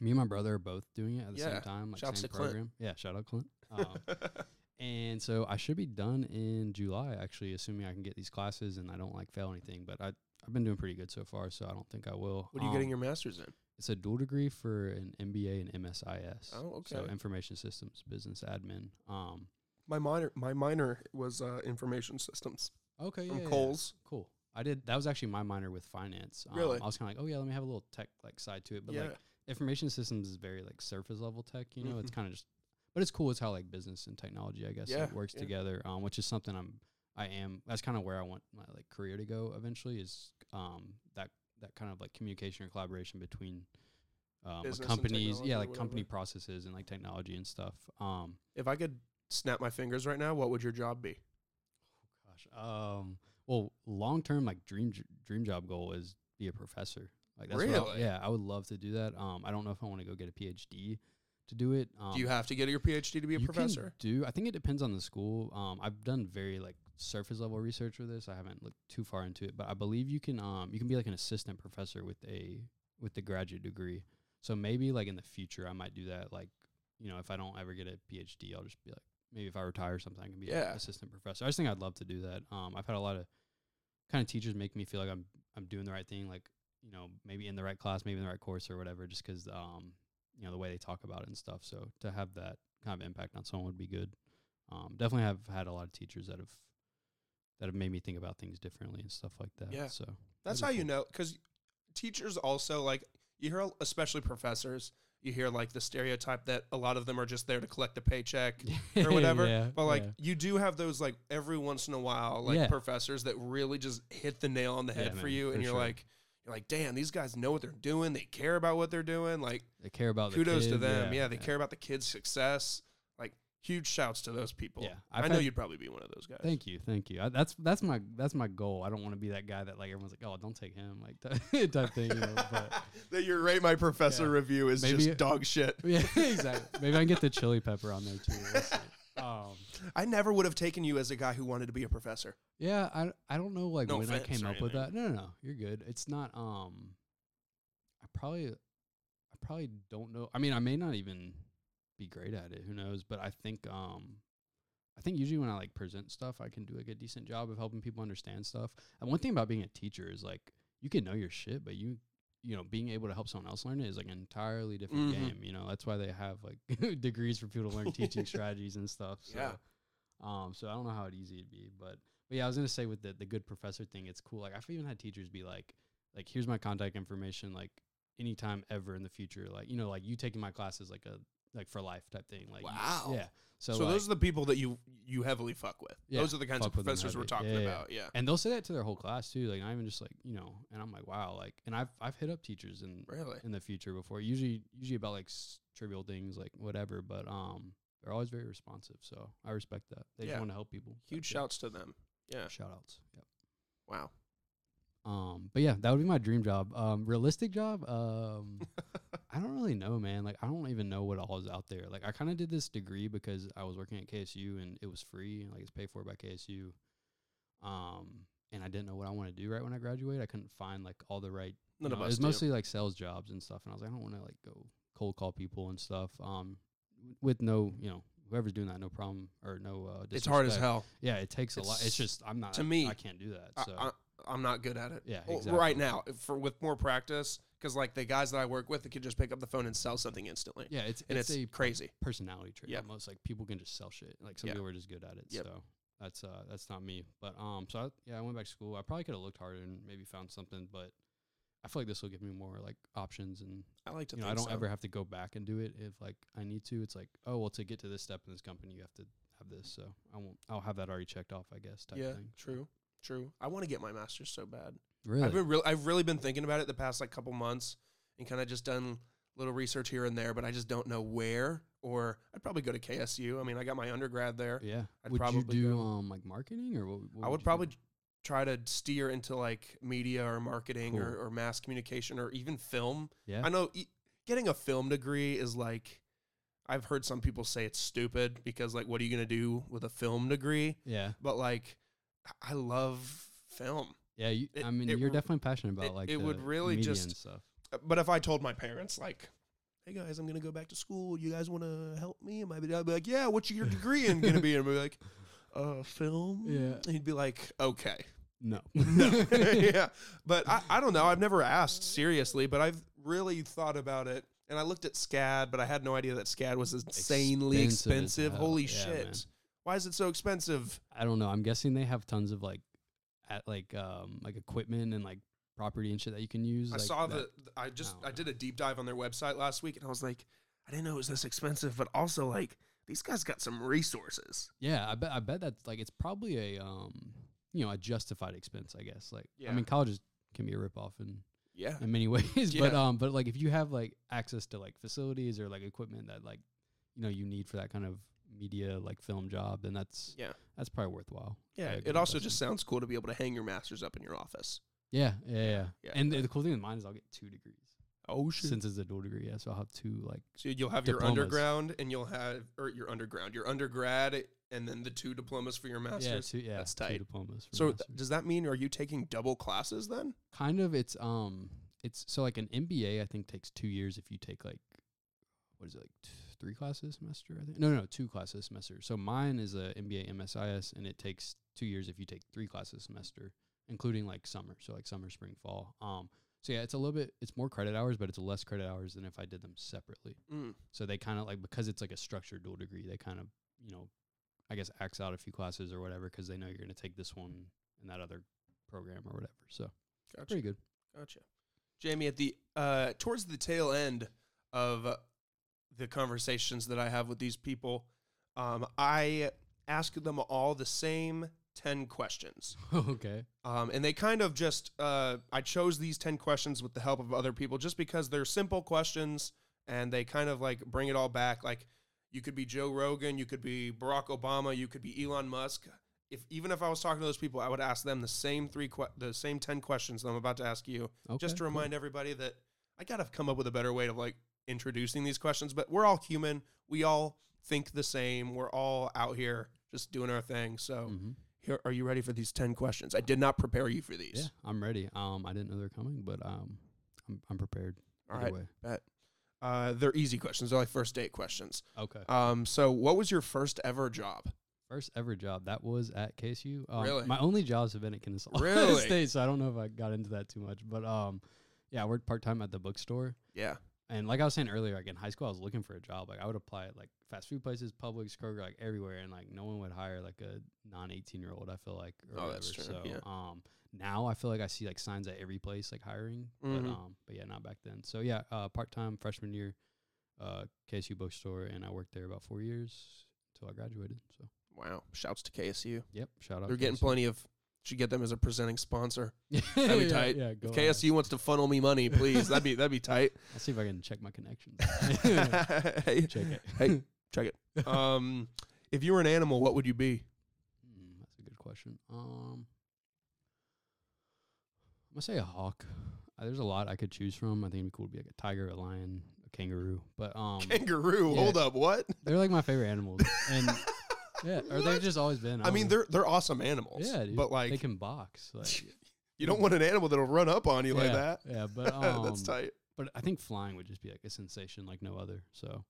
S2: me and my brother are both doing it at the
S1: Yeah.
S2: same time, like
S1: Shouts
S2: same
S1: to Clint.
S2: program. Yeah, shout out Clint. Um, And so I should be done in July, actually, assuming I can get these classes and I don't like fail anything. But I, I've been doing pretty good so far, so I don't think I will.
S1: What are you
S2: Um,
S1: getting your master's in?
S2: It's a dual degree for an MBA and MSIS.
S1: Oh,
S2: So
S1: okay.
S2: information systems, business admin. Um,
S1: My minor, my minor was uh, information systems
S2: okay,
S1: from
S2: yeah, yeah,
S1: Coles.
S2: cool. I did. That was actually my minor with finance. Um,
S1: Really?
S2: I was kind of like, oh yeah, let me have a little tech like side to it. But
S1: yeah,
S2: like information systems is very like surface level tech. You know, it's
S1: Mhm.
S2: kind of just, but it's cool. It's how like business and technology, I guess, like,
S1: Yeah,
S2: works
S1: yeah.
S2: together. Um, which is something I'm, I am. That's kind of where I want my like career to go eventually. Is um that that kind of like communication or collaboration between. Um,
S1: Business and
S2: companies,
S1: technology
S2: yeah,
S1: or
S2: like company
S1: whatever.
S2: processes and like technology and stuff. Um,
S1: if I could snap my fingers right now, what would your job be?
S2: Gosh. Um. Well, long term, like dream j- dream job goal is be a professor. Like that's What I,
S1: Really?
S2: yeah, I would love to do that. Um. I don't know if I want to go get a PhD to do it. Um,
S1: Do you have to get your PhD to be a
S2: you can
S1: professor?
S2: do. I think it depends on the school. Um. I've done very like surface level research with this. I haven't looked too far into it, but I believe you can. Um. You can be like an assistant professor with a with the graduate degree. So maybe like in the future, I might do that. Like you know, if I don't ever get a PhD, I'll just be like maybe if I retire or something, I can be an
S1: Yeah.
S2: assistant professor. I just think I'd love to do that. Um, I've had a lot of kind of teachers make me feel like I'm I'm doing the right thing, like you know, maybe in the right class, maybe in the right course or whatever, just because um, you know, the way they talk about it and stuff. So to have that kind of impact on someone would be good. Um, definitely have had a lot of teachers that have that have made me think about things differently and stuff like that.
S1: Yeah.
S2: So
S1: That's how
S2: that'd be
S1: you
S2: cool.
S1: know, because teachers also like you hear, especially professors, you hear like the stereotype that a lot of them are just there to collect a paycheck. Or whatever,
S2: Yeah,
S1: But like
S2: yeah.
S1: you do have those like every once in a while like
S2: Yeah.
S1: professors that really just hit the nail on the
S2: Yeah,
S1: head for
S2: man,
S1: you,
S2: for
S1: and you're
S2: sure.
S1: like you're like, damn, these guys know what they're doing. They care about what they're doing. Like
S2: they care about Oh, the
S1: kudos to
S2: kids,
S1: them. Yeah, they care about the kids' success. Like huge shouts to those people.
S2: Yeah,
S1: i
S2: I've
S1: know
S2: had-
S1: you'd probably be one of those guys.
S2: Thank you, thank you. I, that's that's my that's my goal. I don't want to be that guy that like everyone's like, oh, don't take him, like type thing. You know, but
S1: that your rate my professor
S2: Yeah.
S1: review is
S2: Maybe-
S1: just dog shit.
S2: yeah, exactly. Maybe I can get the chili pepper on there too. We'll see. Um,
S1: I never would have taken you as a guy who wanted to be a professor.
S2: yeah, I I don't know like
S1: No
S2: when I
S1: offense
S2: came
S1: or
S2: up with that.
S1: anything.
S2: No, no, no, you're good. It's not. Um, I probably I probably don't know. I mean, I may not even be great at it. Who knows? But I think um. I think usually when I like present stuff, I can do like a decent job of helping people understand stuff. And one thing about being a teacher is like you can know your shit, but you you know being able to help someone else learn it is like an entirely different
S1: Mhm.
S2: game. You know that's why they have like degrees for people to learn teaching strategies and stuff. So,
S1: Yeah.
S2: Um. So I don't know how easy it'd be, but but yeah, I was gonna say with the the good professor thing, it's cool. Like I've even had teachers be like, like here's my contact information. Like anytime ever in the future, like you know, like you taking my classes like a like for life type thing. Like you-
S1: Wow.
S2: yeah. So,
S1: So,
S2: like,
S1: those are the people that you you heavily fuck with.
S2: Yeah,
S1: those are the kinds of
S2: fuck with them
S1: professors we're
S2: heavy.
S1: talking
S2: Yeah, yeah.
S1: about. Yeah.
S2: and they'll say that to their whole class too. Like not even just like you know, and I'm like, wow, like, and I've I've hit up teachers in
S1: Really?
S2: in the future before, usually usually about like s- trivial things like whatever, but um, they're always very responsive, so I respect that. They
S1: Yeah.
S2: just want to help people. type
S1: Huge
S2: thing.
S1: shouts to them. Yeah.
S2: shout outs. Yep.
S1: Wow.
S2: Um, but yeah, that would be my dream job. Um, realistic job. Um, I don't really know, man. Like, I don't even know what all is out there. Like, I kind of did this degree because I was working at KSU and it was free. Like, it's paid for by KSU. Um, and I didn't know what I want to do right when I graduated. I couldn't find like all the right.
S1: None
S2: you
S1: of us.
S2: know, it was
S1: do.
S2: mostly like sales jobs and stuff. And I was like, I don't want to like go cold call people and stuff. Um, w- with no, you know, whoever's doing that, no problem or no. Uh,
S1: It's hard as
S2: disrespect.
S1: hell.
S2: Yeah, it takes a lot.
S1: It's-
S2: It's just I'm not
S1: to me,
S2: I can't do that.
S1: I,
S2: So
S1: I, I'm not good at it.
S2: Yeah,
S1: Well,
S2: exactly.
S1: Right now, if- for with more practice, because like the guys that I work with, they could just pick up the phone and sell something instantly,
S2: yeah, it's
S1: and
S2: it's,
S1: it's,
S2: a
S1: crazy.
S2: personality trait.
S1: Yeah.
S2: Almost like people can just sell shit. Like some
S1: Yeah.
S2: people are just good at it.
S1: Yep.
S2: So that's uh that's not me. But um so I, yeah, I went back to school. I probably could have looked harder and maybe found something, but I feel like this will give me more like options and
S1: I like to.
S2: you know,
S1: think
S2: I don't
S1: so.
S2: ever have to go back and do it if like I need to. It's like, oh well to get to this step in this company you have to have this. So I won't I'll have that already checked off, I guess, type
S1: Yeah.
S2: thing.
S1: True. True. I want to get my master's so bad.
S2: Really?
S1: I've been real. I've really been thinking about it the past like couple months, and kind of just done little research here and there, but I just don't know where. Or I'd probably go to KSU. I mean, I got my undergrad there.
S2: yeah.
S1: I'd
S2: would
S1: probably
S2: you do
S1: go-
S2: um like marketing or what, what
S1: I
S2: would you
S1: would
S2: do?
S1: probably try to steer into like media or marketing or,
S2: Cool.
S1: or mass communication or even film.
S2: Yeah.
S1: I know e- getting a film degree is like I've heard some people say it's stupid because like what are you going to do with a film degree?
S2: yeah.
S1: But like I- I love film.
S2: Yeah, you,
S1: It-
S2: I mean
S1: it
S2: you're
S1: r-
S2: definitely passionate about
S1: it-
S2: like
S1: it would
S2: the
S1: really
S2: media
S1: just-
S2: and stuff.
S1: But if I told my parents like hey guys, I'm gonna go back to school. You guys want to help me? And my dad would be like, yeah, what's your degree in gonna be? And I'd be like, uh, film.
S2: Yeah.
S1: And he'd be like, okay.
S2: No.
S1: No. yeah. But I, I don't know. I've never asked seriously, but I've really thought about it. And I looked at SCAD, but I had no idea that SCAD was insanely
S2: Expensive as
S1: expensive.
S2: hell.
S1: Holy
S2: Yeah,
S1: shit.
S2: man.
S1: Why is it so expensive?
S2: I don't know. I'm guessing they have tons of like at like um like equipment and like property and shit that you can use.
S1: I
S2: like,
S1: saw
S2: that- Oh,
S1: the. I just
S2: don't
S1: I
S2: know.
S1: did a deep dive on their website last week, and I was like, I didn't know it was this expensive, but also like these guys got some resources.
S2: Yeah, I bet I bet that's like it's probably a um you know, a justified expense, I guess. Like
S1: Yeah.
S2: I mean colleges can be a ripoff in,
S1: Yeah,
S2: in many ways. But
S1: Yeah.
S2: um but like if you have like access to like facilities or like equipment that like you know you need for that kind of media like film job, then that's
S1: Yeah.
S2: That's probably worthwhile. I
S1: yeah.
S2: agree
S1: It
S2: with
S1: also
S2: that.
S1: just sounds cool to be able to hang your masters up in your office.
S2: Yeah, yeah, yeah.
S1: yeah.
S2: And the, the cool thing with mine is I'll get two degrees.
S1: Oh
S2: Since it's a dual degree, yeah. So I'll have two like
S1: So you'll have your
S2: Diplomas.
S1: underground, and you'll have or your underground, your undergrad, and then the two diplomas for your
S2: yeah,
S1: masters.
S2: two, yeah,
S1: That's
S2: two
S1: tight.
S2: diplomas. for
S1: so th-
S2: masters.
S1: does that mean are you taking double classes then?
S2: kind of it's um it's so like an MBA I think takes two years if you take like what is it like t- three classes a semester I think no no, no two classes a semester so mine is a MBA MSIS and it takes two years if you take three classes a semester including like summer so like summer spring fall um so yeah it's a little bit it's more credit hours but it's less credit hours than if I did them separately
S1: Mm.
S2: so they kind of like because it's like a structured dual degree they kind of you know I guess axe out a few classes or whatever because they know you're going to take this one and that other program or whatever so
S1: Gotcha.
S2: pretty good.
S1: Gotcha. Jamie, at the uh, towards the tail end of uh, the conversations that I have with these people, um, I ask them all the same ten questions,
S2: okay.
S1: um, and they kind of just uh, I chose these ten questions with the help of other people, just because they're simple questions and they kind of like bring it all back. Like you could be Joe Rogan, you could be Barack Obama, you could be Elon Musk. If even if I was talking to those people, I would ask them the same three que- the same ten questions that I'm about to ask you
S2: Okay.
S1: just to remind everybody that I gotta come up with a better way of like introducing these questions. But we're all human. We all think the same. We're all out here just doing our thing. So
S2: hmm
S1: here, are you ready for these ten questions? I did not prepare you for
S2: Yeah,
S1: these.
S2: I'm ready. Um, I didn't know they were coming, but um, I'm I'm prepared.
S1: all
S2: either
S1: right.
S2: way.
S1: Uh, they're easy questions. They're like first date questions.
S2: Okay.
S1: Um, so what was your first ever job?
S2: First ever job that was at KSU. Um,
S1: Really?
S2: My only jobs have been at Kennesaw
S1: Really?
S2: State, so I don't know if I got into that too much. But um, yeah, I worked part time at the bookstore,
S1: Yeah.
S2: and like I was saying earlier, like in high school, I was looking for a job. Like I would apply at like fast food places, Publix, Kroger, like everywhere, and like no one would hire like a non eighteen year old. I feel like. Or
S1: Oh, that's
S2: whatever.
S1: true,
S2: So
S1: yeah.
S2: um, now I feel like I see like signs at every place like hiring,
S1: Mhm.
S2: but um, but yeah, not back then. So yeah, uh, part time freshman year, uh, KSU bookstore, and I worked there about four years until I graduated. So
S1: Wow. Shouts to KSU.
S2: yep, shout out.
S1: They're getting
S2: KSU.
S1: plenty of. Should get them as a presenting sponsor.
S2: yeah,
S1: That'd be tight.
S2: Yeah, go
S1: if
S2: on.
S1: KSU wants to funnel me money, please. that'd be that'd be tight.
S2: I'll see if I can check my connections. Check
S1: Hey,
S2: it.
S1: Hey, check it. um, if you were an animal, what would you be?
S2: Mm, that's a good question. Um, I'm gonna say a hawk. Uh, there's a lot I could choose from. I think it'd be cool to be like a tiger, a lion, a kangaroo. But um,
S1: Kangaroo.
S2: yeah.
S1: Hold up, what?
S2: they're like my favorite animals, and yeah, or
S1: What?
S2: they've just always been.
S1: I mean,
S2: don't know.
S1: they're they're awesome animals.
S2: yeah, dude,
S1: but
S2: they
S1: like,
S2: can box. Like,
S1: you don't want an animal that'll run up on you
S2: yeah,
S1: like that.
S2: Yeah, but um,
S1: That's tight.
S2: But I think flying would just be like a sensation like no other. So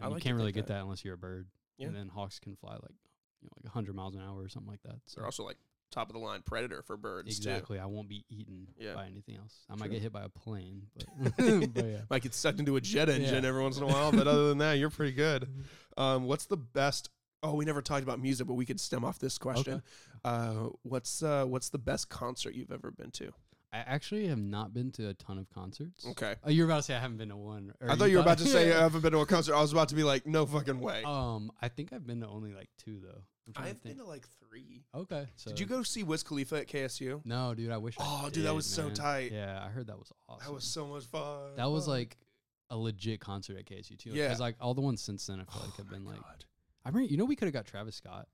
S1: I
S2: and you
S1: like to
S2: can't really
S1: think
S2: get that. unless you're a bird.
S1: Yeah.
S2: And then hawks can fly like you know like 100 miles an hour or something like that. So
S1: They're also like top of the line predator for birds
S2: exactly, I won't be eaten
S1: Yeah.
S2: by anything else. I
S1: True.
S2: might get hit by a plane, but,
S1: too.
S2: but yeah.
S1: Might get sucked into a jet engine
S2: Yeah. Mm-hmm.
S1: every once in a while, but other than that, you're pretty good. Um, what's the best? Oh, we never talked about music, but we could stem off this question.
S2: Okay.
S1: Uh, what's uh, what's the best concert you've ever been to?
S2: I actually have not been to a ton of concerts.
S1: Okay,
S2: Oh, you were about to say I haven't been to one. or
S1: I thought you were about to say I
S2: Yeah.
S1: haven't been to a concert. I was about to be like, no fucking way.
S2: um, I think I've been to only like two though. I'm trying
S1: I've
S2: to think.
S1: been to like three.
S2: okay. So
S1: Did you go see Wiz Khalifa at KSU?
S2: No, dude. I wish. I
S1: Oh, dude, that
S2: did,
S1: was so
S2: man.
S1: tight.
S2: Yeah, I heard that was awesome.
S1: That was so much fun.
S2: That was like a legit concert at KSU too.
S1: Yeah.
S2: Yeah, like all the ones since then, I feel like have been
S1: Oh my
S2: like.
S1: God.
S2: I remember, you know, we could have got Travis Scott.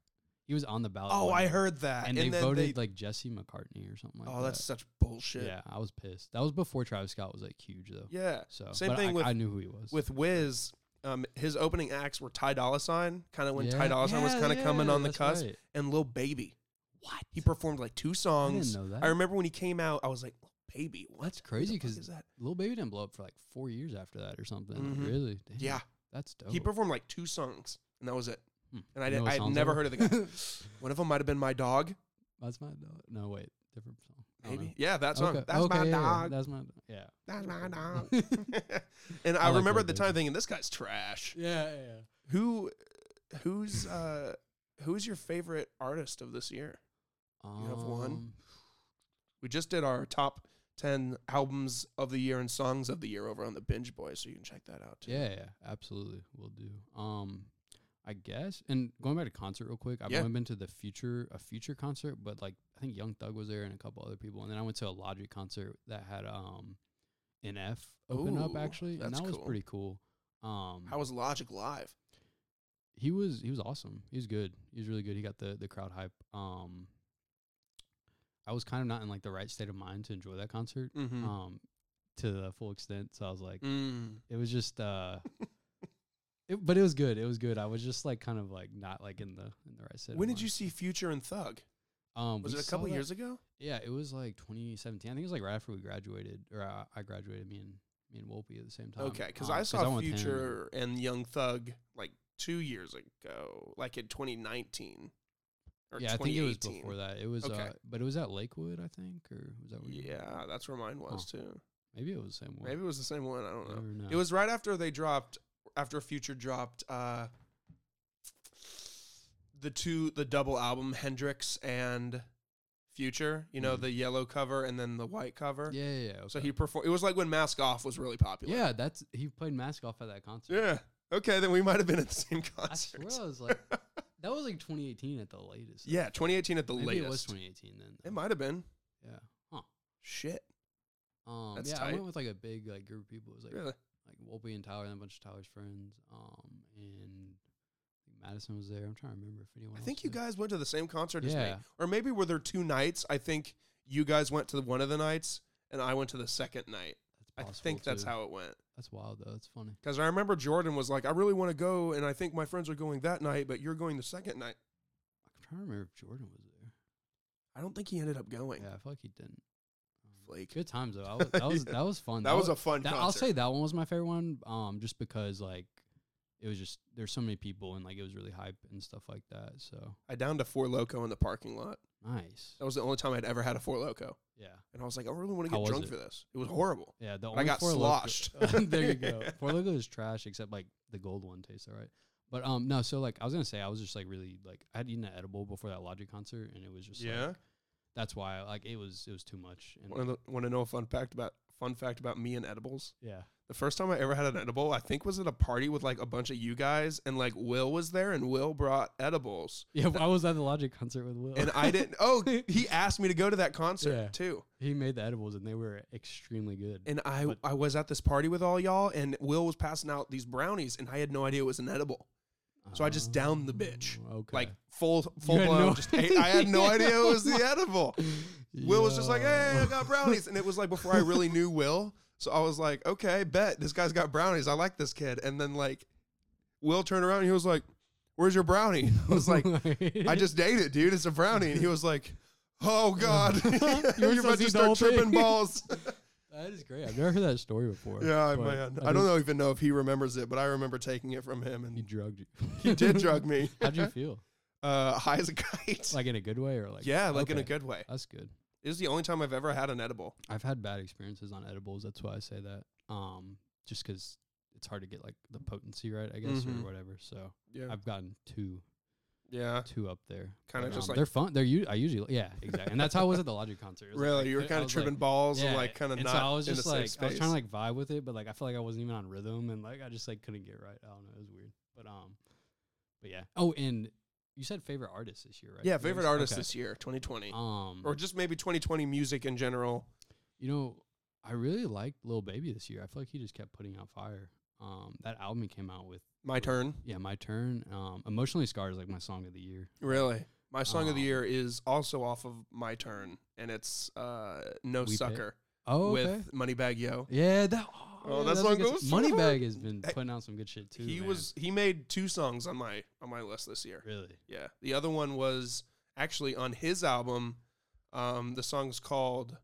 S2: He was on the ballot.
S1: Oh,
S2: one
S1: I
S2: year,
S1: heard that,
S2: And,
S1: and,
S2: they
S1: then
S2: voted
S1: they.
S2: like Jesse McCartney or something like that.
S1: oh, that's such bullshit. Yeah.
S2: yeah. I was pissed. That was before Travis Scott was like huge though. So
S1: Same
S2: but
S1: thing
S2: I,
S1: with-
S2: I knew who he was.
S1: With Wiz, um, his opening acts were Ty Dolla Sign, kind of when Ty
S2: Yeah.
S1: Dolla Sign was
S2: Yeah,
S1: kind of coming
S2: yeah,
S1: on the
S2: that's
S1: cusp,
S2: right.
S1: and Lil Baby.
S2: What?
S1: He performed like two
S2: I
S1: songs.
S2: didn't know that.
S1: I remember when he came out, I was like, Baby. What
S2: That's
S1: the
S2: crazy
S1: fuck
S2: because
S1: is that?
S2: Lil Baby didn't blow up for like four years after that or something. Like,
S1: Mhm.
S2: really? Damn,
S1: Yeah.
S2: That's dope.
S1: He performed like two songs, and that was it.
S2: Hmm.
S1: And I
S2: You know
S1: did,
S2: what
S1: I had
S2: songs
S1: never
S2: are?
S1: heard of the guy. One of them might have been my dog,
S2: That's my dog. No, wait. Different song. I don't
S1: maybe.
S2: know.
S1: Yeah, that song. That's my
S2: yeah, yeah,
S1: dog.
S2: That's my dog. Yeah.
S1: That's my dog. and
S2: I
S1: I,
S2: like
S1: remember
S2: Lil
S1: at the
S2: Baby.
S1: time thinking, this guy's trash.
S2: Yeah, yeah, yeah.
S1: Who, who's, uh, who's your favorite artist of this year? You have one?
S2: Um,
S1: We just did our top ten albums of the year and songs of the year over on the Binge Boys, so you can check that out too.
S2: Yeah, yeah, absolutely. We'll do. Um I guess. And going back to concert real quick, I've
S1: Yeah.
S2: only been to the future a future concert, but like I think Young Thug was there and a couple other people. And then I went to a Logic concert that had um NF open up
S1: Ooh,
S2: actually. And
S1: that's
S2: that was
S1: cool.
S2: pretty cool. Um
S1: How was Logic live?
S2: he was he was awesome. He was good. He was really good. He got the the crowd hype. Um I was kind of not in like the right state of mind to enjoy that concert.
S1: Mm-hmm.
S2: Um to the full extent. So I was like,
S1: mm.
S2: it was just uh it, but it was good it was good i was just like kind of like not like in the in the right set of
S1: When did
S2: mind.
S1: you see Future and Thug?
S2: um
S1: Was
S2: we
S1: it a couple
S2: saw that-
S1: years ago?
S2: yeah it was like 2017 i think it was like right after we graduated or i, I graduated me and me and wolpe at the same time
S1: Okay, because
S2: Um,
S1: I saw
S2: went with him.
S1: Future and Young Thug like two years ago, like in 2019 or
S2: yeah i
S1: 2018.
S2: think it was before that it was
S1: Okay.
S2: uh but it was at lakewood i think or was that where you-
S1: Yeah, that's where mine was too.
S2: maybe it was the same one
S1: Maybe it was the same one. I don't know.
S2: Never know.
S1: It was right after they dropped, after Future dropped uh, the two, the double album Hendrix and Future. You know,
S2: Mhm.
S1: the yellow cover and then the white cover.
S2: yeah yeah, yeah
S1: So
S2: okay.
S1: he performed. It was like when Mask Off was really popular.
S2: yeah that's he played mask off at that concert
S1: Yeah. Okay, then we might have been at the same
S2: i
S1: concert.
S2: swear i was like that was like 2018 at the latest
S1: Yeah, 2018 at the
S2: maybe
S1: latest.
S2: it was 2018 then though.
S1: It might have been.
S2: yeah huh
S1: Shit.
S2: Um,
S1: That's
S2: yeah,
S1: tight.
S2: I went with like a big like group of people. It was like
S1: Really?
S2: like Wolpe and Tyler and a bunch of Tyler's friends. Um, and Madison was there. I'm trying to remember if anyone.
S1: I
S2: else
S1: think
S2: was
S1: you
S2: there.
S1: guys went to the same concert as
S2: Yeah.
S1: me. Or maybe were there two nights? I think you guys went to one of the nights and I went to the second night. I
S2: That's
S1: think
S2: possible,
S1: that's
S2: too.
S1: how it went.
S2: That's wild though. That's funny.
S1: Because I remember Jordan was like, I really want to go. And I think my friends are going that night, but you're going the second night.
S2: I'm trying to remember if Jordan was there.
S1: I don't think he ended up going.
S2: Yeah, I feel like he didn't. Um,
S1: Flake.
S2: Good times though. I was, that was
S1: Yeah.
S2: that was fun.
S1: That was
S2: wa-
S1: a fun
S2: that-
S1: concert.
S2: I'll say that one was my favorite one. Um, just because like it was just there's so many people and like it was really hype and stuff like that. So
S1: I downed a Four Loco in the parking lot.
S2: nice.
S1: That was the only time I'd ever had a Four Loco.
S2: Yeah.
S1: And I was like, I really want to get
S2: How was
S1: drunk
S2: it?
S1: for this. It was horrible.
S2: Yeah, the
S1: But I
S2: only
S1: got
S2: Four
S1: sloshed.
S2: Loko. there you go. Four Loko is trash, except like the gold one tastes all right. But um, no. So like, I was gonna say, I was just like really like I had eaten an edible before that Logic concert, and it was just
S1: Yeah?
S2: Like, that's why like it was it was too much. And
S1: Want to want to know a fun fact about fun fact about me and edibles?
S2: yeah,
S1: The first time I ever had an edible, I think was at a party with like a bunch of you guys, and like Will was there, and Will brought edibles,
S2: yeah. I was at the Logic concert with Will,
S1: and I didn't. Oh, he asked me to go to that concert
S2: Yeah.
S1: too,
S2: he made the edibles, and they were extremely good.
S1: and I
S2: But-
S1: I was at this party with all y'all, and Will was passing out these brownies, and I had no idea it was an edible, so I just downed the bitch.
S2: Oh, Okay.
S1: like full full
S2: had
S1: blown.
S2: no
S1: just ate, I had no idea it was the
S2: idea.
S1: edible. Will was just like,
S2: Yo.
S1: "Hey, I got brownies," and it was like before I really knew Will. So I was like, "Okay, bet this guy's got brownies. I like this kid." And then like, Will turned around and he was like, "Where's your brownie?" I was like, "I just ate it, dude. It's a brownie." And he was like, "Oh God,
S2: You were
S1: you're about
S2: supposed to
S1: to
S2: eat the
S1: start
S2: whole thing.
S1: tripping balls."
S2: that is great. I've never heard that story before.
S1: yeah,
S2: but
S1: man.
S2: that
S1: I don't
S2: is-
S1: know even know if he remembers it, but I remember taking it from him,
S2: He
S1: and
S2: drugged you.
S1: he did drug me.
S2: How'd you feel?
S1: Uh, high as a kite.
S2: Like in a good way or like?
S1: yeah, like in a
S2: okay,
S1: good way.
S2: That's good.
S1: It is the only time I've ever had an edible.
S2: I've had bad experiences on edibles. That's why I say that. Um, just because it's hard to get like the potency right, I guess,
S1: Mhm.
S2: or whatever. So
S1: Yeah,
S2: I've gotten two,
S1: yeah.
S2: two up there.
S1: Kinda
S2: But,
S1: just
S2: um,
S1: like-
S2: they're fun. They're u- I usually yeah exactly, and that's how I was at the Logic concert. It was like-
S1: Really,
S2: like,
S1: you were
S2: I
S1: kind of
S2: was like-
S1: tripping balls
S2: yeah,
S1: and like kind of
S2: and
S1: not
S2: so I was
S1: in
S2: just
S1: the
S2: like
S1: safe
S2: I was
S1: space.
S2: trying to like vibe with it, but like I felt like I wasn't even on rhythm, and like I just like couldn't get right. I don't know, it was weird. But um, but yeah. Oh, and you said favorite artist this year, right?
S1: yeah,
S2: Yours?
S1: favorite artist
S2: Okay.
S1: this year, 2020,
S2: Um,
S1: or just maybe 2020 music in general.
S2: You know, I really liked Lil Baby this year. I feel like he just kept putting out fire. Um, that album he came out with,
S1: My turn,
S2: yeah, My Turn. Um, Emotionally Scarred is like my song of the year.
S1: really. My song of the
S2: Um,
S1: year is also off of My Turn, and it's uh, No
S2: We Pay-
S1: Sucker
S2: Oh, okay.
S1: with Moneybag Yo.
S2: yeah, that. Oh,
S1: Oh,
S2: yeah,
S1: that
S2: that's a
S1: song
S2: good
S1: goes so
S2: song. Moneybag
S1: hard.
S2: has been
S1: Hey,
S2: putting out some good shit too.
S1: he
S2: man.
S1: was he made two songs on my on my list this year.
S2: really.
S1: Yeah, the other one was actually on his album. Um, the song's called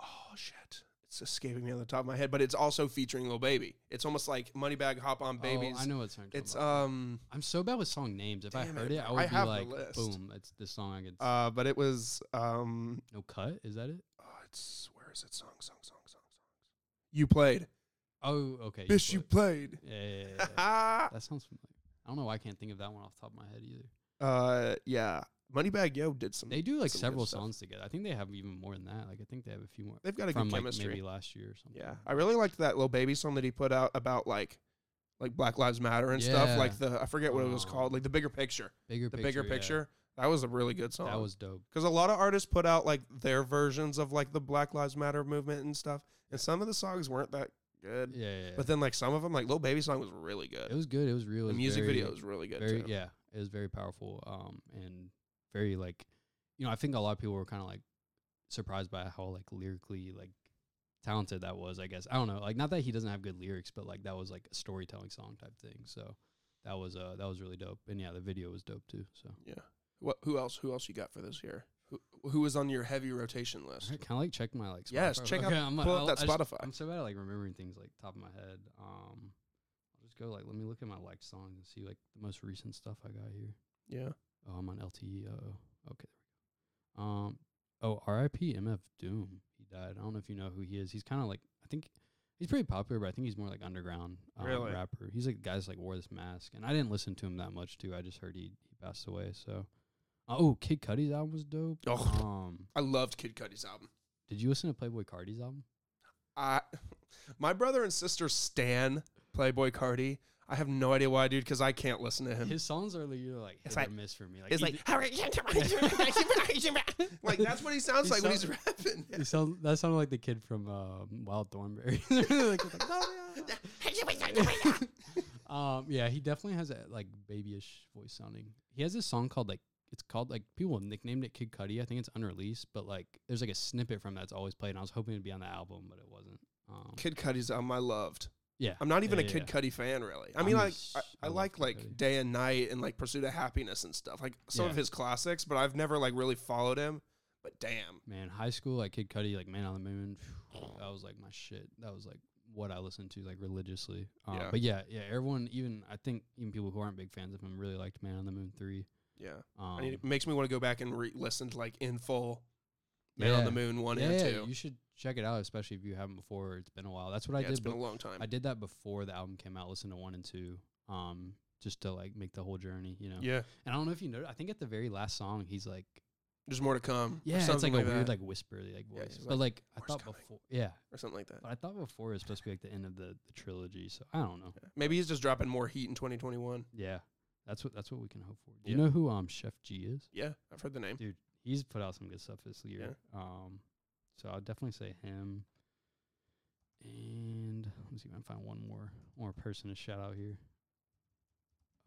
S1: oh shit, it's escaping me on the top of my head, but it's also featuring Lil Baby. It's almost like Moneybag Hop on Babies.
S2: Oh, I know what song. you're talking
S1: It's
S2: about.
S1: um
S2: I'm so bad with song names. If I
S1: damn
S2: heard
S1: it,
S2: it, I
S1: I
S2: would be
S1: have the
S2: like,
S1: list.
S2: boom, it's this song. It's
S1: uh, but it was um
S2: no cut. Is that it?
S1: oh, it's where is it song song song song songs. You played,
S2: Oh, okay. you
S1: bitch. You
S2: flip.
S1: played.
S2: Yeah, yeah, yeah, yeah, yeah. that sounds familiar. I don't know why I can't think of that one off the top of my head either.
S1: uh, yeah. Moneybag Yo did some.
S2: They do like
S1: some good
S2: several
S1: stuff.
S2: songs together. I think they have even more than that. Like I think they have a few more
S1: They've got a
S2: from
S1: good
S2: like
S1: chemistry.
S2: maybe last year or something.
S1: Yeah, I really liked that little baby song that he put out about like, like Black Lives Matter and stuff. Like the I forget what it was
S2: Oh.
S1: called. Like the bigger picture,
S2: bigger
S1: the
S2: picture,
S1: bigger
S2: yeah.
S1: picture. That was a really good song.
S2: That was dope.
S1: because a lot of artists put out like their versions of like the Black Lives Matter movement and stuff, and some of the songs weren't that good.
S2: Yeah, yeah, yeah.
S1: But then like some of them, like little baby song was really good.
S2: it was good. It was real.
S1: the
S2: It was
S1: music
S2: very,
S1: video was really good
S2: very
S1: too.
S2: yeah. It was very powerful. Um, and very like, you know, I think a lot of people were kind of like surprised by how like lyrically like talented that was. I guess I don't know. Like not that he doesn't have good lyrics, but like that was like a storytelling song type thing. So that was uh that was really dope. And yeah, the video was dope too. So.
S1: Yeah. What? Who else? Who else you got for this year? Who Who is on your heavy rotation list?
S2: Kind of like check my like. Spotify.
S1: Yes, check out-
S2: I'm,
S1: Pull up
S2: I'll-
S1: that
S2: I just-
S1: Spotify.
S2: I'm so bad at like remembering things like top of my head. Um, I'll just go like let me look at my liked songs and see like the most recent stuff I got here.
S1: yeah.
S2: Oh, I'm on LTE. Oh, okay. There we go. Um, oh, R.I.P. MF Doom. He died. I don't know if you know who he is. He's kind of like I think he's pretty popular, but I think he's more like underground um,
S1: Really?
S2: rapper. He's like guys like wore this mask, and I didn't listen to him that much too. I just heard he he passed away. So, oh, Kid Cudi's album was dope.
S1: Oh.
S2: Um,
S1: I loved Kid Cudi's album.
S2: did you listen to Playboy Cardi's album?
S1: I, my brother and sister Stan Playboy Cardi. I have no idea why, dude, because I can't listen to him.
S2: His songs are like, you're like hit
S1: It's
S2: or
S1: like-
S2: miss for me. Like,
S1: it's
S2: he
S1: like,
S2: d-
S1: like that's what he sounds
S2: He
S1: like when he's
S2: sound-
S1: rapping.
S2: he sound, that sounded like the kid from um, Wild Thornberry. Like, it's like, "Oh, "No, no, no." um, yeah, he definitely has a like babyish voice sounding. He has this song called like it's called like people have nicknamed it Kid Cudi. I think it's unreleased, but like there's like a snippet from that's always played, and I was hoping it'd be on the album, but it wasn't. Um,
S1: Kid Cudi's album I loved.
S2: yeah,
S1: I'm not even
S2: yeah,
S1: a
S2: yeah,
S1: Kid
S2: yeah.
S1: Cudi fan, really. I mean,
S2: I'm a
S1: like
S2: sh-
S1: I, I
S2: I love
S1: like
S2: Kid
S1: like
S2: Cudi.
S1: Day and Night and like Pursuit of Happiness and stuff. Like some of
S2: Yeah.
S1: his classics, but I've never like really followed him. But damn,
S2: Man, high school like Kid Cudi, like Man on the Moon, that was like my shit. That was like what I listened to like religiously. Um,
S1: Yeah.
S2: But yeah, yeah, everyone, even I think even people who aren't big fans of him really liked Man on the Moon three.
S1: yeah,
S2: Um,
S1: I mean, it makes me want to go back and re-listen to like in full Man on
S2: Yeah.
S1: the Moon one
S2: yeah,
S1: and
S2: yeah,
S1: two.
S2: you should check it out, especially if you haven't before. or It's been a while. That's what I
S1: yeah, it's
S2: did.
S1: been a
S2: bef-
S1: long time.
S2: I did that before the album came out. Listen to one and two, um, just to like make the whole journey, you know.
S1: Yeah,
S2: And I don't know if you know. I think at the very last song, he's like,
S1: there's more to come. or
S2: yeah, it's like
S1: something
S2: a weird
S1: that,
S2: like whispery like
S1: Yeah,
S2: voice.
S1: he's
S2: but like, I
S1: "More's
S2: thought
S1: coming."
S2: before, yeah.
S1: or something like that.
S2: But I thought before it was supposed to be like the end of the, the trilogy, so I don't know.
S1: Yeah. Maybe he's just dropping more heat in 2021.
S2: Yeah, that's what that's what we can hope for. Do you
S1: Yeah.
S2: know who um Chef G is?
S1: Yeah, I've heard the name.
S2: Dude, he's put out some good stuff this year. Um, so I'll definitely say him. And let me see if I can find one more more person to shout out here.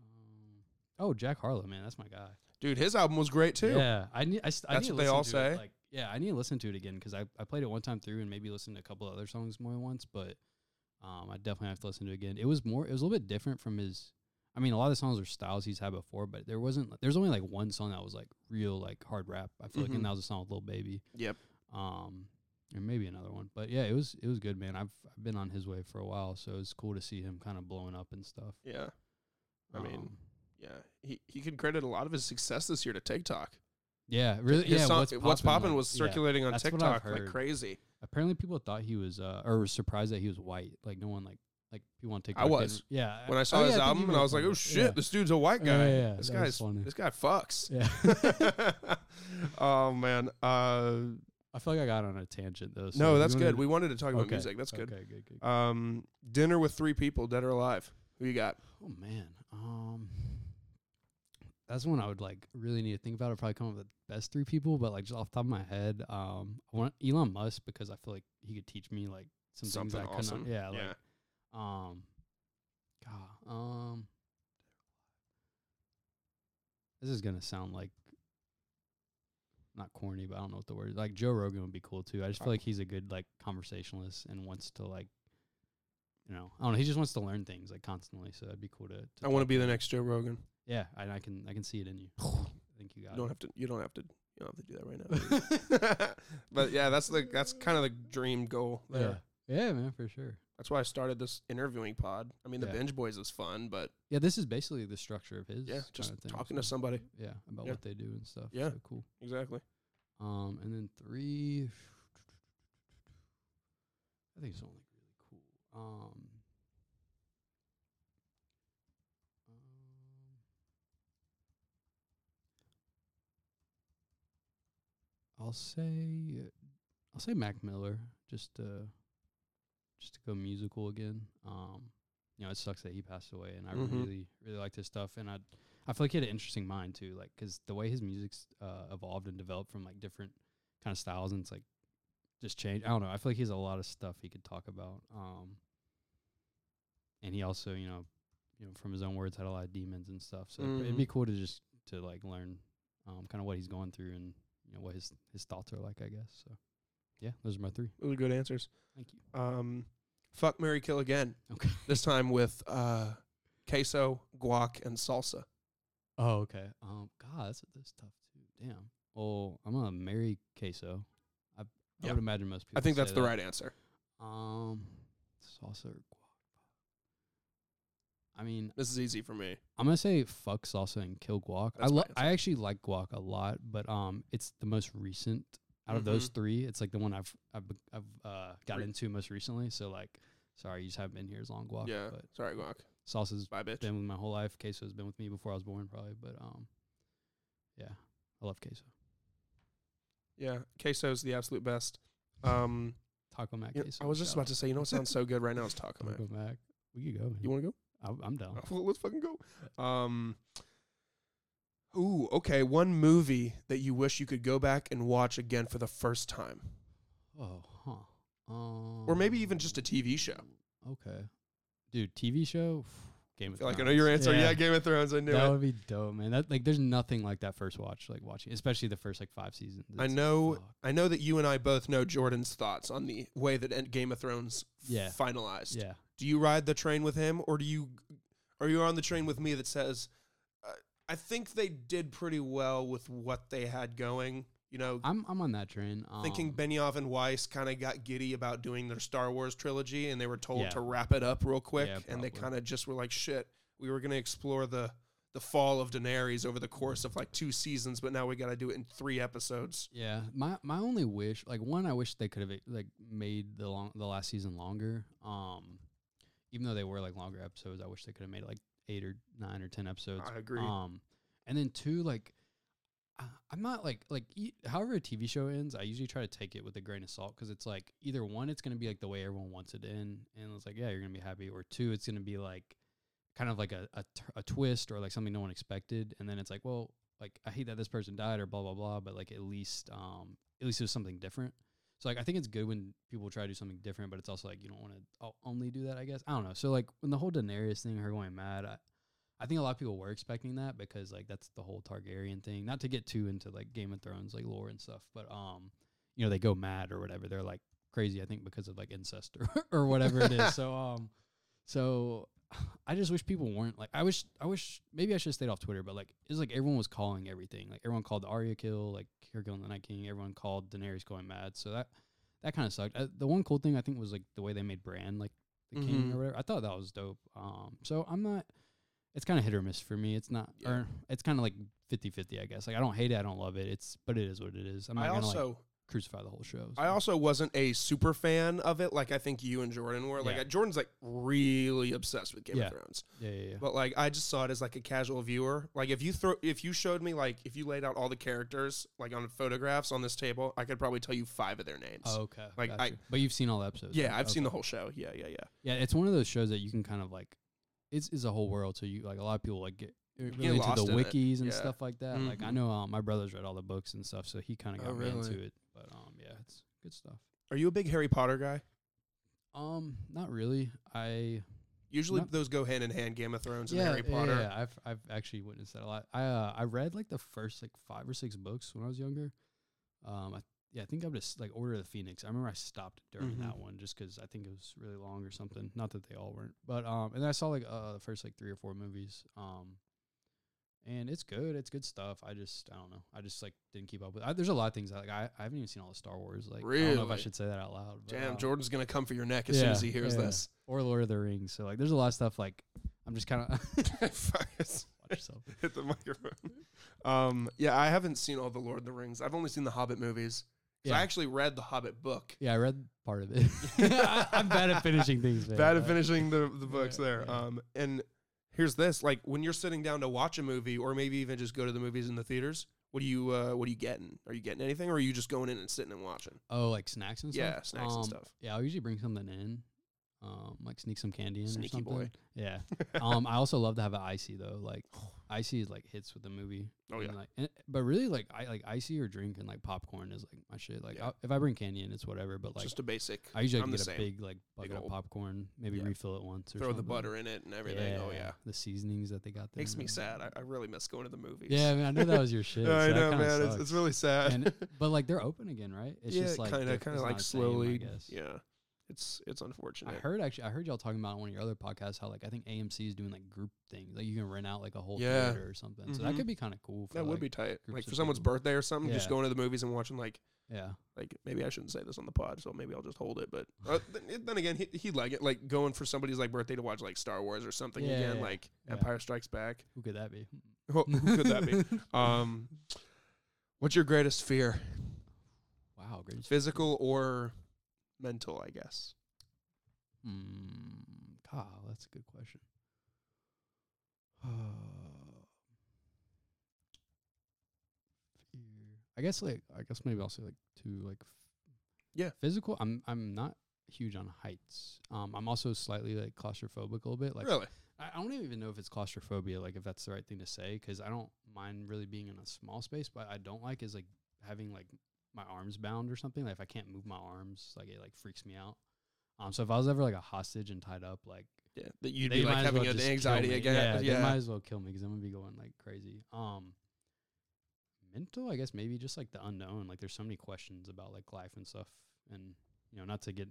S2: Um, oh Jack Harlow, man, that's my guy.
S1: Dude, his album was great too.
S2: Yeah, I need. I, s- I
S1: That's
S2: need
S1: what
S2: to
S1: they all
S2: listen to it,
S1: say.
S2: Like, yeah, I need to listen to it again because I, I played it one time through and maybe listened to a couple other songs more than once, but um, I definitely have to listen to it again. It was more. It was a little bit different from his. I mean, a lot of the songs are styles he's had before, but there wasn't. There's only like one song that was like real, like hard rap. I feel like,
S1: Mhm.
S2: and that was a song with Lil Baby.
S1: Yep.
S2: Um, or maybe another one, but yeah, it was it was good, man. I've I've been on his way for a while, so it's cool to see him kind of blowing up and stuff.
S1: Yeah. I mean,
S2: Um,
S1: Yeah. He he could credit a lot of his success this year to TikTok.
S2: yeah, really,
S1: His
S2: yeah.
S1: song-
S2: what's poppin', like-
S1: was
S2: yeah.
S1: circulating on
S2: that's what I've
S1: TikTok like
S2: heard.
S1: crazy.
S2: Apparently, people thought he was, uh, or were surprised that he was white. Like no one, like like people on TikTok.
S1: was.
S2: didn't- yeah.
S1: When I saw
S2: oh,
S1: his
S2: yeah, think
S1: album,
S2: you
S1: and
S2: made
S1: I
S2: a
S1: was like,
S2: comment.
S1: "Oh shit,
S2: Yeah.
S1: this dude's a white
S2: Yeah,
S1: guy.
S2: yeah, yeah,
S1: This
S2: that was
S1: guy's
S2: funny.
S1: this guy fucks."
S2: Yeah.
S1: oh man. Uh,
S2: I feel like I got on a tangent though. so if
S1: no,
S2: you
S1: that's
S2: wanna-
S1: good. We wanted to talk about
S2: Okay,
S1: music. That's good.
S2: Okay, good, good.
S1: Um, dinner with three people, dead or alive. Who you got?
S2: oh man, um, that's one I would like really need to think about. I'd probably come up with the best three people, but like just off the top of my head, um, I want Elon Musk because I feel like he could teach me like some
S1: Something
S2: things I
S1: awesome.
S2: couldn't. Yeah, like
S1: yeah.
S2: Um, God, um, this is gonna sound like not corny, but I don't know what the word is. Like Joe Rogan would be cool too. I just feel like he's a good like conversationalist and wants to like, you know, I don't know. He just wants to learn things like constantly, so that'd be cool to. to
S1: I want to
S2: talk
S1: be the
S2: him.
S1: next Joe Rogan.
S2: Yeah, and I can I can see it in you. I think you got
S1: You don't
S2: it.
S1: have to. You don't have to. You don't have to do that right now. but yeah, that's the that's kind of the dream goal there.
S2: Yeah. Yeah, man, for sure.
S1: That's why I started this interviewing pod. I mean, the
S2: Yeah.
S1: binge boys is fun, but
S2: Yeah, this is basically the structure of his.
S1: yeah, just
S2: kinda thing,
S1: talking to
S2: so,
S1: somebody.
S2: Yeah, about
S1: Yeah.
S2: what they do and stuff.
S1: Yeah.
S2: So cool.
S1: Exactly.
S2: Um, and then three. I think it's only really cool. Um, um, um, I'll say, I'll say Mac Miller just to, just to go musical again. Um, you know, it sucks that he passed away, and I
S1: Mhm.
S2: really, really liked his stuff, and I I feel like he had an interesting mind too, like 'cause the way his music's uh, evolved and developed from like different kind of styles and it's like just changed. I don't know. I feel like he has a lot of stuff he could talk about. Um, and he also, you know, you know, from his own words, had a lot of demons and stuff. So it'd be
S1: Mhm.
S2: cool to just to like learn um, kind of what he's going through and you know what his his thoughts are like. I guess so. Yeah, those are my three.
S1: Those are good answers.
S2: Thank you.
S1: Um, fuck Mary Kill again.
S2: Okay.
S1: This time with uh, queso, guac, and salsa.
S2: Oh, okay. Um, God, that's that's tough too. Damn. Well, I'm gonna marry queso. I, I
S1: Yeah.
S2: would imagine most people.
S1: I think
S2: say
S1: that's the
S2: that.
S1: right answer.
S2: Um, salsa or guac. I mean,
S1: This is easy for me.
S2: I'm gonna say fuck salsa and kill guac. I
S1: That's my
S2: lo-
S1: answer.
S2: I actually like guac a lot, but um, it's the most recent out of those
S1: Mhm.
S2: three. It's like the one I've I've be- I've uh got
S1: Re-
S2: into most recently. So like, sorry, you just haven't been here as long, guac.
S1: yeah.
S2: But
S1: Sorry, guac.
S2: salsa's
S1: Bye, bitch.
S2: been with me my whole life. Queso's been with me before I was born, probably. But um, yeah, I love queso.
S1: Yeah, queso's the absolute best. Um,
S2: Taco Mac
S1: you know,
S2: queso.
S1: I was just about to say, you know what sounds so good right now is Taco Mac.
S2: Taco Mac. We could go. Man.
S1: You want to go?
S2: I, I'm down.
S1: Well, let's fucking go. Um, ooh, okay. One movie that you wish you could go back and watch again for the first time,
S2: Oh, huh. Um,
S1: or maybe even just a TV show.
S2: Okay, dude. TV show.
S1: I
S2: Game of
S1: feel like I
S2: Thrones.
S1: know your answer. Yeah, Game of Thrones. I knew
S2: that
S1: it.
S2: would be dope, man. That like, there's nothing like that first watch, like watching, especially the first like five seasons.
S1: I
S2: It's-
S1: know.
S2: fuck.
S1: I know that you and I both know Jordan's thoughts on the way that End- Game of Thrones
S2: Yeah.
S1: finalized.
S2: Yeah.
S1: Do you ride the train with him, or do you are you on the train with me that says, uh, I think they did pretty well with what they had going. You know,
S2: I'm I'm on that train. Um,
S1: thinking Benioff and Weiss kind of got giddy about doing their Star Wars trilogy, and they were told
S2: Yeah.
S1: to wrap it up real quick,
S2: Yeah,
S1: and they
S2: probably.
S1: kind of just were like, "Shit, we were going to explore the the fall of Daenerys over the course of like two seasons, but now we got to do it in three episodes."
S2: Yeah, my my only wish, like one, I wish they could have like made the long the last season longer. Um, even though they were like longer episodes, I wish they could have made it like eight or nine or ten episodes.
S1: I agree.
S2: Um, and then two, like I, I'm not like like e- however a TV show ends, I usually try to take it with a grain of salt because it's like either one, it's gonna be like the way everyone wants it in, and it's like yeah, you're gonna be happy, or two, it's gonna be like kind of like a a, t- a twist or like something no one expected, and then it's like well, like I hate that this person died or blah blah blah, but like at least um at least it was something different. So like I think it's good when people try to do something different, but it's also like you don't want to only do that. I guess I don't know. So like when the whole Daenerys thing, her going mad, I, I think a lot of people were expecting that because like that's the whole Targaryen thing. Not to get too into like Game of Thrones like lore and stuff, but um, you know they go mad or whatever. They're like crazy. I think because of like incest or, or whatever it is. So um, so I just wish people weren't like I wish I wish maybe I should have stayed off Twitter, but like it's like everyone was calling everything. Like everyone called the Arya kill, like her killing the Night King. Everyone called Daenerys going mad. So that that kind of sucked. Uh, the one cool thing I think was like the way they made Bran like the king
S1: Mhm.
S2: or whatever. I thought that was dope. Um, so I'm not. It's kind of hit or miss for me. It's not,
S1: Yeah.
S2: or it's kind of like 50-50, I guess. Like I don't hate it, I don't love it. It's, but it is what it is. I'm not
S1: I
S2: gonna
S1: also
S2: like crucify the whole show.
S1: I
S2: so.
S1: also wasn't a super fan of it, like I think you and Jordan were. Like
S2: Yeah.
S1: Jordan's like really obsessed with Game
S2: Yeah.
S1: of Thrones,
S2: yeah, yeah, yeah.
S1: but like I just saw it as like a casual viewer. Like if you throw, if you showed me like if you laid out all the characters like on photographs on this table, I could probably tell you five of their names.
S2: Oh, okay.
S1: like, I-
S2: gotcha. but you've seen all the episodes.
S1: yeah,
S2: right?
S1: I've seen
S2: Okay.
S1: the whole show. Yeah, yeah, yeah.
S2: Yeah, it's one of those shows that you can kind of like, it's is a whole world. So you like a lot of people like get, uh, really into
S1: lost
S2: the
S1: in it,
S2: wikis and
S1: yeah.
S2: stuff like that. Like I
S1: Mhm.
S2: know uh, my brother's read all the books and stuff, so he kind of
S1: Oh,
S2: got me
S1: really?
S2: into it. But um, yeah, it's good stuff.
S1: Are you a big Harry Potter guy?
S2: Um, not really. I
S1: Usually
S2: No.
S1: those go hand in hand, Game of Thrones and Harry Potter.
S2: Yeah, I've I've actually witnessed that a lot. I uh, I read like the first like five or six books when I was younger. Um, I, yeah, I think I'm just like Order of the Phoenix. I remember I stopped during
S1: Mhm.
S2: that one just because I think it was really long or something. Not that they all weren't, but um, and I saw like uh the first like three or four movies. Um, and it's good. It's good stuff. I just I don't know. I just like didn't keep up with. I, there's a lot of things I like. I, I haven't even seen all the Star Wars. Like I don't know if I
S1: Really?
S2: should say that out loud. But,
S1: Damn,
S2: um,
S1: Jordan's gonna come for your neck as soon
S2: Yeah,
S1: as he hears
S2: yeah.
S1: this.
S2: or Lord of the Rings. So like there's a lot of stuff like I'm just kind of
S1: Fuck, it's-
S2: watch yourself.
S1: Hit the microphone. Um, yeah, I haven't seen all the Lord of the Rings. I've only seen the Hobbit movies. 'Cause I
S2: Yeah.
S1: actually read the Hobbit book.
S2: Yeah, I read part of it. I'm bad at finishing things. Man.
S1: Bad at
S2: I-
S1: finishing the, the books
S2: Yeah,
S1: there.
S2: yeah.
S1: Um, and here's this: like when you're sitting down to watch a movie, or maybe even just go to the movies in the theaters. What do you uh, What are you getting? Are you getting anything, or are you just going in and sitting and watching?
S2: Oh, like snacks and stuff.
S1: Yeah, snacks and
S2: Um,
S1: stuff.
S2: Yeah, I usually bring something in, um, like sneak some candy in.
S1: Sneaky
S2: or something.
S1: boy.
S2: Yeah. um, I also love to have an icy though. Like icy is like hits with the movie.
S1: Oh,
S2: and,
S1: yeah.
S2: like, and- but really, like I like icy or drink and like popcorn is like my shit. Like
S1: Yeah.
S2: I, if I bring candy in, it's whatever. But like
S1: just a basic.
S2: I usually
S1: I'm the
S2: get a
S1: same.
S2: big like bucket
S1: old-
S2: of popcorn, maybe
S1: Yeah.
S2: refill it once or
S1: Throw the
S2: something.
S1: butter in it and everything. Oh yeah,
S2: the seasonings that they got there.
S1: makes me
S2: man.
S1: sad. I, I really miss going to the movies.
S2: Yeah, I, mean, I know that was your shit. so
S1: I
S2: that
S1: know,
S2: kinda
S1: man. It's, it's
S2: sucks.
S1: really sad.
S2: And- but like they're open again, right? It's
S1: yeah,
S2: just like
S1: kind
S2: they're-
S1: of, kind
S2: it's
S1: of
S2: not
S1: like
S2: the same, I
S1: slowly.
S2: guess.
S1: yeah, it's it's
S2: I
S1: unfortunate.
S2: heard actually. I heard y'all talking about on one of your other podcasts how like I think AMC is doing like group things, like you can rent out like a whole
S1: Yeah.
S2: theater or something. So that
S1: Mhm.
S2: could be kind of cool. For
S1: that would
S2: like-
S1: be tight. Like
S2: groups
S1: for
S2: of
S1: someone's
S2: people.
S1: birthday or something, just
S2: Yeah.
S1: going to the movies and watching like
S2: yeah,
S1: like maybe I shouldn't say this on the pod, so maybe I'll just hold it. But uh, then, then again, he, he'd like it. Like going for somebody's like birthday to watch like Star Wars or something
S2: Yeah,
S1: again,
S2: yeah,
S1: like
S2: yeah.
S1: Empire Strikes Back.
S2: who could that be? Hmm.
S1: Who who could that be? Um, what's your greatest fear,
S2: wow, great.
S1: physical or mental? I guess.
S2: Mm, God, that's a good question. Fear. I guess like I guess maybe I'll say like two like f-
S1: Yeah.
S2: physical. I'm I'm not huge on heights. Um, I'm also slightly like claustrophobic a little bit. Like
S1: really?
S2: I, I don't even know if it's claustrophobia. Like if that's the right thing to say, because I don't mind really being in a small space. But I don't like is like having like my arms bound or something. Like if I can't move my arms, like it like freaks me out. Um, so if I was ever like a hostage and tied up, like
S1: Yeah. That you'd
S2: they
S1: be like
S2: might as
S1: having
S2: well
S1: an
S2: just kill
S1: anxiety
S2: me.
S1: again.
S2: Yeah,
S1: Yeah.
S2: they might as well kill me because I'm gonna be going like crazy. Um, mental, I guess maybe just like the unknown. Like there's so many questions about like life and stuff, and you know, not to get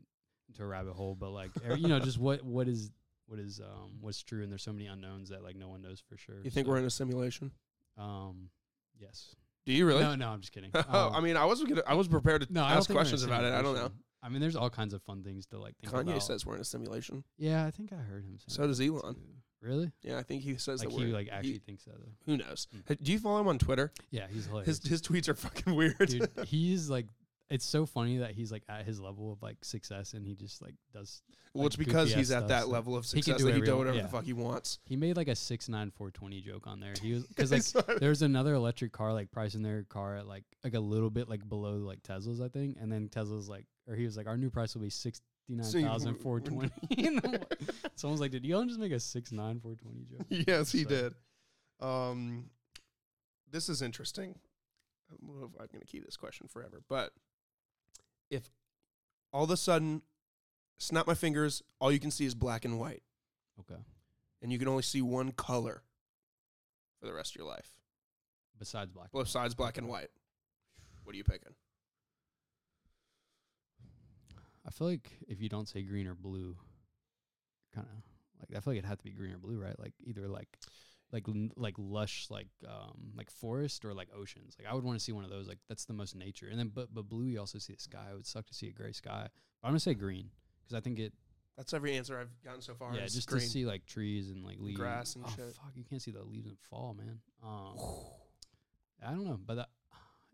S2: into a rabbit hole, but like er- you know, just what what is what is um what's true, and there's so many unknowns that like no one knows for sure.
S1: you think
S2: so,
S1: we're in a simulation?
S2: Um, yes.
S1: Do you really?
S2: No, no, I'm just kidding.
S1: oh,
S2: Um,
S1: I mean, I was gonna, I was prepared to
S2: no, I don't
S1: ask
S2: think we're in a
S1: questions about it. I don't know.
S2: simulation. I mean, there's all kinds of fun things to like think
S1: Kanye
S2: about.
S1: says we're in a simulation.
S2: yeah, I think I heard him.
S1: So
S2: Say
S1: does
S2: that
S1: Elon.
S2: too. Really?
S1: Yeah, I think he says
S2: Like
S1: that we're.
S2: he like
S1: he-
S2: actually thinks that. Though.
S1: who knows?
S2: Mm.
S1: Hey, Do you follow him on Twitter?
S2: Yeah, he's hilarious.
S1: His his tweets are fucking weird.
S2: Dude, he's like it's so funny that he's like at his level of like success and he just like does
S1: well, it's
S2: like,
S1: because
S2: goofy
S1: he's
S2: ass
S1: at
S2: stuff,
S1: that
S2: so
S1: level of
S2: he can
S1: success
S2: do
S1: that he
S2: whatever
S1: do
S2: he
S1: whatever
S2: wa-
S1: the
S2: yeah.
S1: fuck he wants.
S2: he made like a six nine four twenty joke on there. He was because like
S1: So-
S2: there was another electric car like pricing their car at like like a little bit like below like Tesla's I think and then Tesla's like or he was like our new price will be sixty nine thousand four twenty. Someone's like, did Elon just make a six nine four twenty joke?
S1: yes, he
S2: So-
S1: did. Um, this is interesting. I don't know if I'm going to keep this question forever, but if all of a sudden, snap my fingers, all you can see is black and white,
S2: Okay.
S1: and you can only see one color for the rest of your life,
S2: Besides black.
S1: besides black and white. What are you picking?
S2: I feel like if you don't say green or blue, kind of like I feel like it had to be green or blue, right? Like either like like l- like lush like um like forest or like oceans. Like I would want to see one of those. Like that's the most nature. And then but but blue, you also see the sky. It would suck to see a gray sky. But I'm gonna say green because I think it.
S1: That's every answer I've gotten so far.
S2: yeah,
S1: is
S2: just
S1: green.
S2: to see like trees and like leaves,
S1: grass and
S2: oh,
S1: shit.
S2: Fuck, you can't see the leaves in fall, man. Um, I don't know, but that,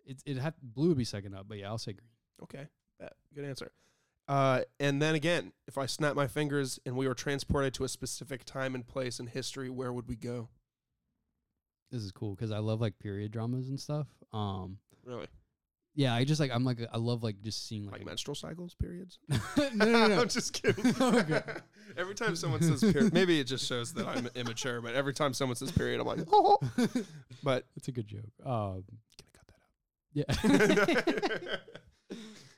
S2: it it had blue would be second up. But yeah, I'll say green.
S1: Okay, bet. good answer. Uh, and then again, if I snap my fingers and we were transported to a specific time and place in history, where would we go?
S2: This is cool because I love like period dramas and stuff. Um,
S1: Really,
S2: Yeah, I just like I'm like I love like just seeing
S1: like
S2: like,
S1: menstrual cycles, periods?
S2: no no no.
S1: I'm just kidding.
S2: Okay.
S1: every time someone says period, maybe it just shows that I'm immature. But every time someone says period, I'm like, oh. But
S2: It's a good joke. Um,
S1: can I cut that
S2: yeah.
S1: out?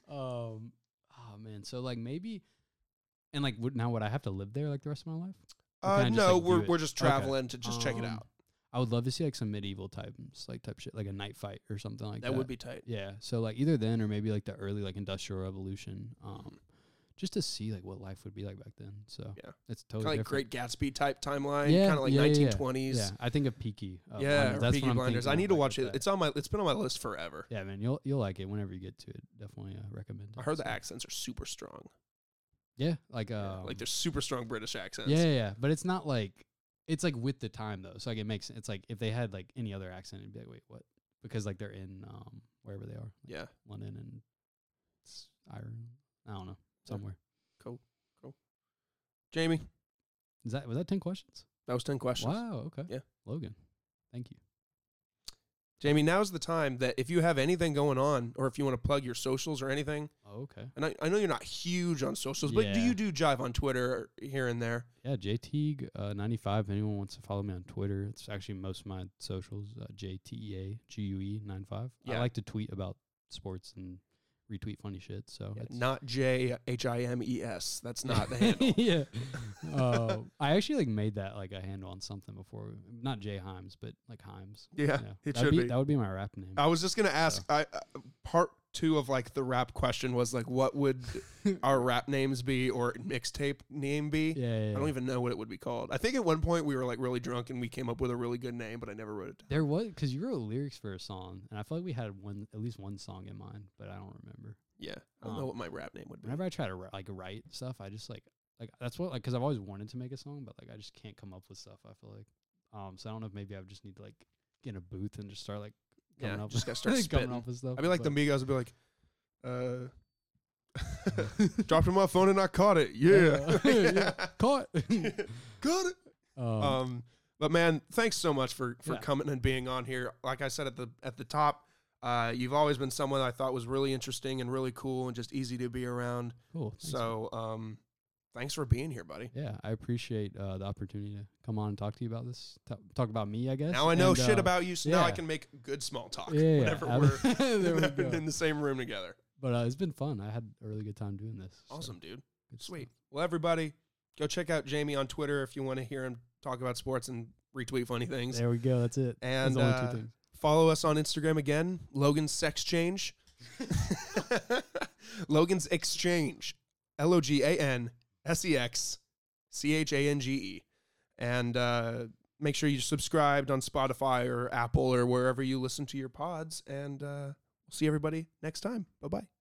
S2: um, oh man. So like maybe, and like would, now would I have to live there like the rest of my life? Or
S1: uh,
S2: can I just,
S1: no,
S2: like, do
S1: we're
S2: it?
S1: we're just
S2: Okay.
S1: traveling to just check it
S2: Um,
S1: out.
S2: I would love to see like some medieval types like type shit, like a night fight or something like that.
S1: that would be tight.
S2: yeah. So like either then or maybe like the early like industrial revolution. Um, just to see like what life would be like back then. So
S1: Yeah.
S2: it's
S1: Kind
S2: totally
S1: of like
S2: different.
S1: Great Gatsby type timeline,
S2: Yeah,
S1: kind of like
S2: yeah, yeah, yeah.
S1: 1920s.
S2: Yeah, I think of Peaky. Uh,
S1: Yeah,
S2: Blinders.
S1: or
S2: That's
S1: Peaky
S2: what I'm
S1: Blinders.
S2: thinking
S1: I
S2: of
S1: need to
S2: when
S1: watch
S2: get
S1: it.
S2: that.
S1: It's on my. It's been on my list forever.
S2: yeah, man, you'll you'll like it whenever you get to it. Definitely uh, recommend it.
S1: I heard the
S2: So,
S1: accents are super strong.
S2: Yeah, like um,
S1: Yeah, like they're super strong British accents.
S2: yeah, yeah, yeah, but it's not like it's like with the time though. So like it makes it's like if they had like any other accent, it'd be like wait what? Because like they're in um wherever they are, like,
S1: yeah.
S2: London and it's Ireland. I don't know
S1: Yeah.
S2: somewhere.
S1: Jamie,
S2: Is that was that ten questions?
S1: that was ten questions.
S2: Wow. Okay.
S1: Yeah.
S2: Logan, thank you.
S1: Jamie, now's the time that if you have anything going on, or if you want to plug your socials or anything,
S2: Oh, okay.
S1: and I, I know you're not huge on socials, but do
S2: Yeah.
S1: you do jive on Twitter here and there?
S2: Yeah, JT uh, ninety five. If anyone wants to follow me on Twitter, it's actually most of my socials. Uh, JTEA GUE nine five.
S1: Yeah.
S2: E I like to tweet about sports and retweet funny shit. So
S1: Yeah,
S2: it's
S1: not J H I M E S. That's not the handle.
S2: yeah. Uh, I actually like made that like a handle on something before. Not Jay Himes, but like Himes.
S1: Yeah, it
S2: That'd
S1: should be. Oh,
S2: That would be my rap name.
S1: I was just gonna ask.
S2: So.
S1: I uh, part two of like the rap question was like, what would our rap names be or mixtape name be?
S2: yeah, yeah,
S1: I
S2: yeah.
S1: don't even know what it would be called. I think at one point we were like really drunk and we came up with a really good name, but I never wrote it down.
S2: There was because you wrote lyrics for a song, and I feel like we had one at least one song in mind, but I don't remember.
S1: Yeah, I don't know
S2: Um,
S1: what my rap name would be.
S2: Whenever I try to ri- like write stuff, I just like like that's what like because I've always wanted to make a song, but like I just can't come up with stuff. I feel like um, so I don't know if maybe I would just need to like get in a booth and just start like coming
S1: Yeah,
S2: up
S1: just gotta
S2: with
S1: start
S2: coming
S1: spitting.
S2: up with stuff.
S1: I'd be like
S2: but-
S1: the Migos would be like, uh, dropped it on my phone and I caught it. Yeah,
S2: Yeah. caught.
S1: got it.
S2: um,
S1: Um, but man, thanks so much for for
S2: Yeah.
S1: coming and being on here. Like I said at the at the top, uh, you've always been someone I thought was really interesting and really cool and just easy to be around.
S2: cool. thanks, man.
S1: so, um, thanks for being here, buddy.
S2: yeah, I appreciate uh, the opportunity to come on and talk to you about this. ta- talk about me, I guess.
S1: Now I know
S2: and,
S1: shit
S2: uh,
S1: about you, so now I
S2: yeah.
S1: can make good small talk
S2: Yeah, yeah,
S1: whenever
S2: I-
S1: we're
S2: there we
S1: whenever
S2: go.
S1: in the same room together.
S2: But uh, it's been fun. I had a really good time doing this. so
S1: Awesome, dude.
S2: good stuff.
S1: Sweet. Well, everybody, go check out Jamie on Twitter if you want to hear him talk about sports and retweet funny things.
S2: There we go. That's it. That's
S1: And,
S2: the only
S1: uh,
S2: two things.
S1: Follow us on Instagram again, Logan's Sex Change. Logan's Exchange. L O G A N S E X C H A N G E. And uh, make sure you're subscribed on Spotify or Apple or wherever you listen to your pods. And uh, we'll see everybody next time. Bye bye.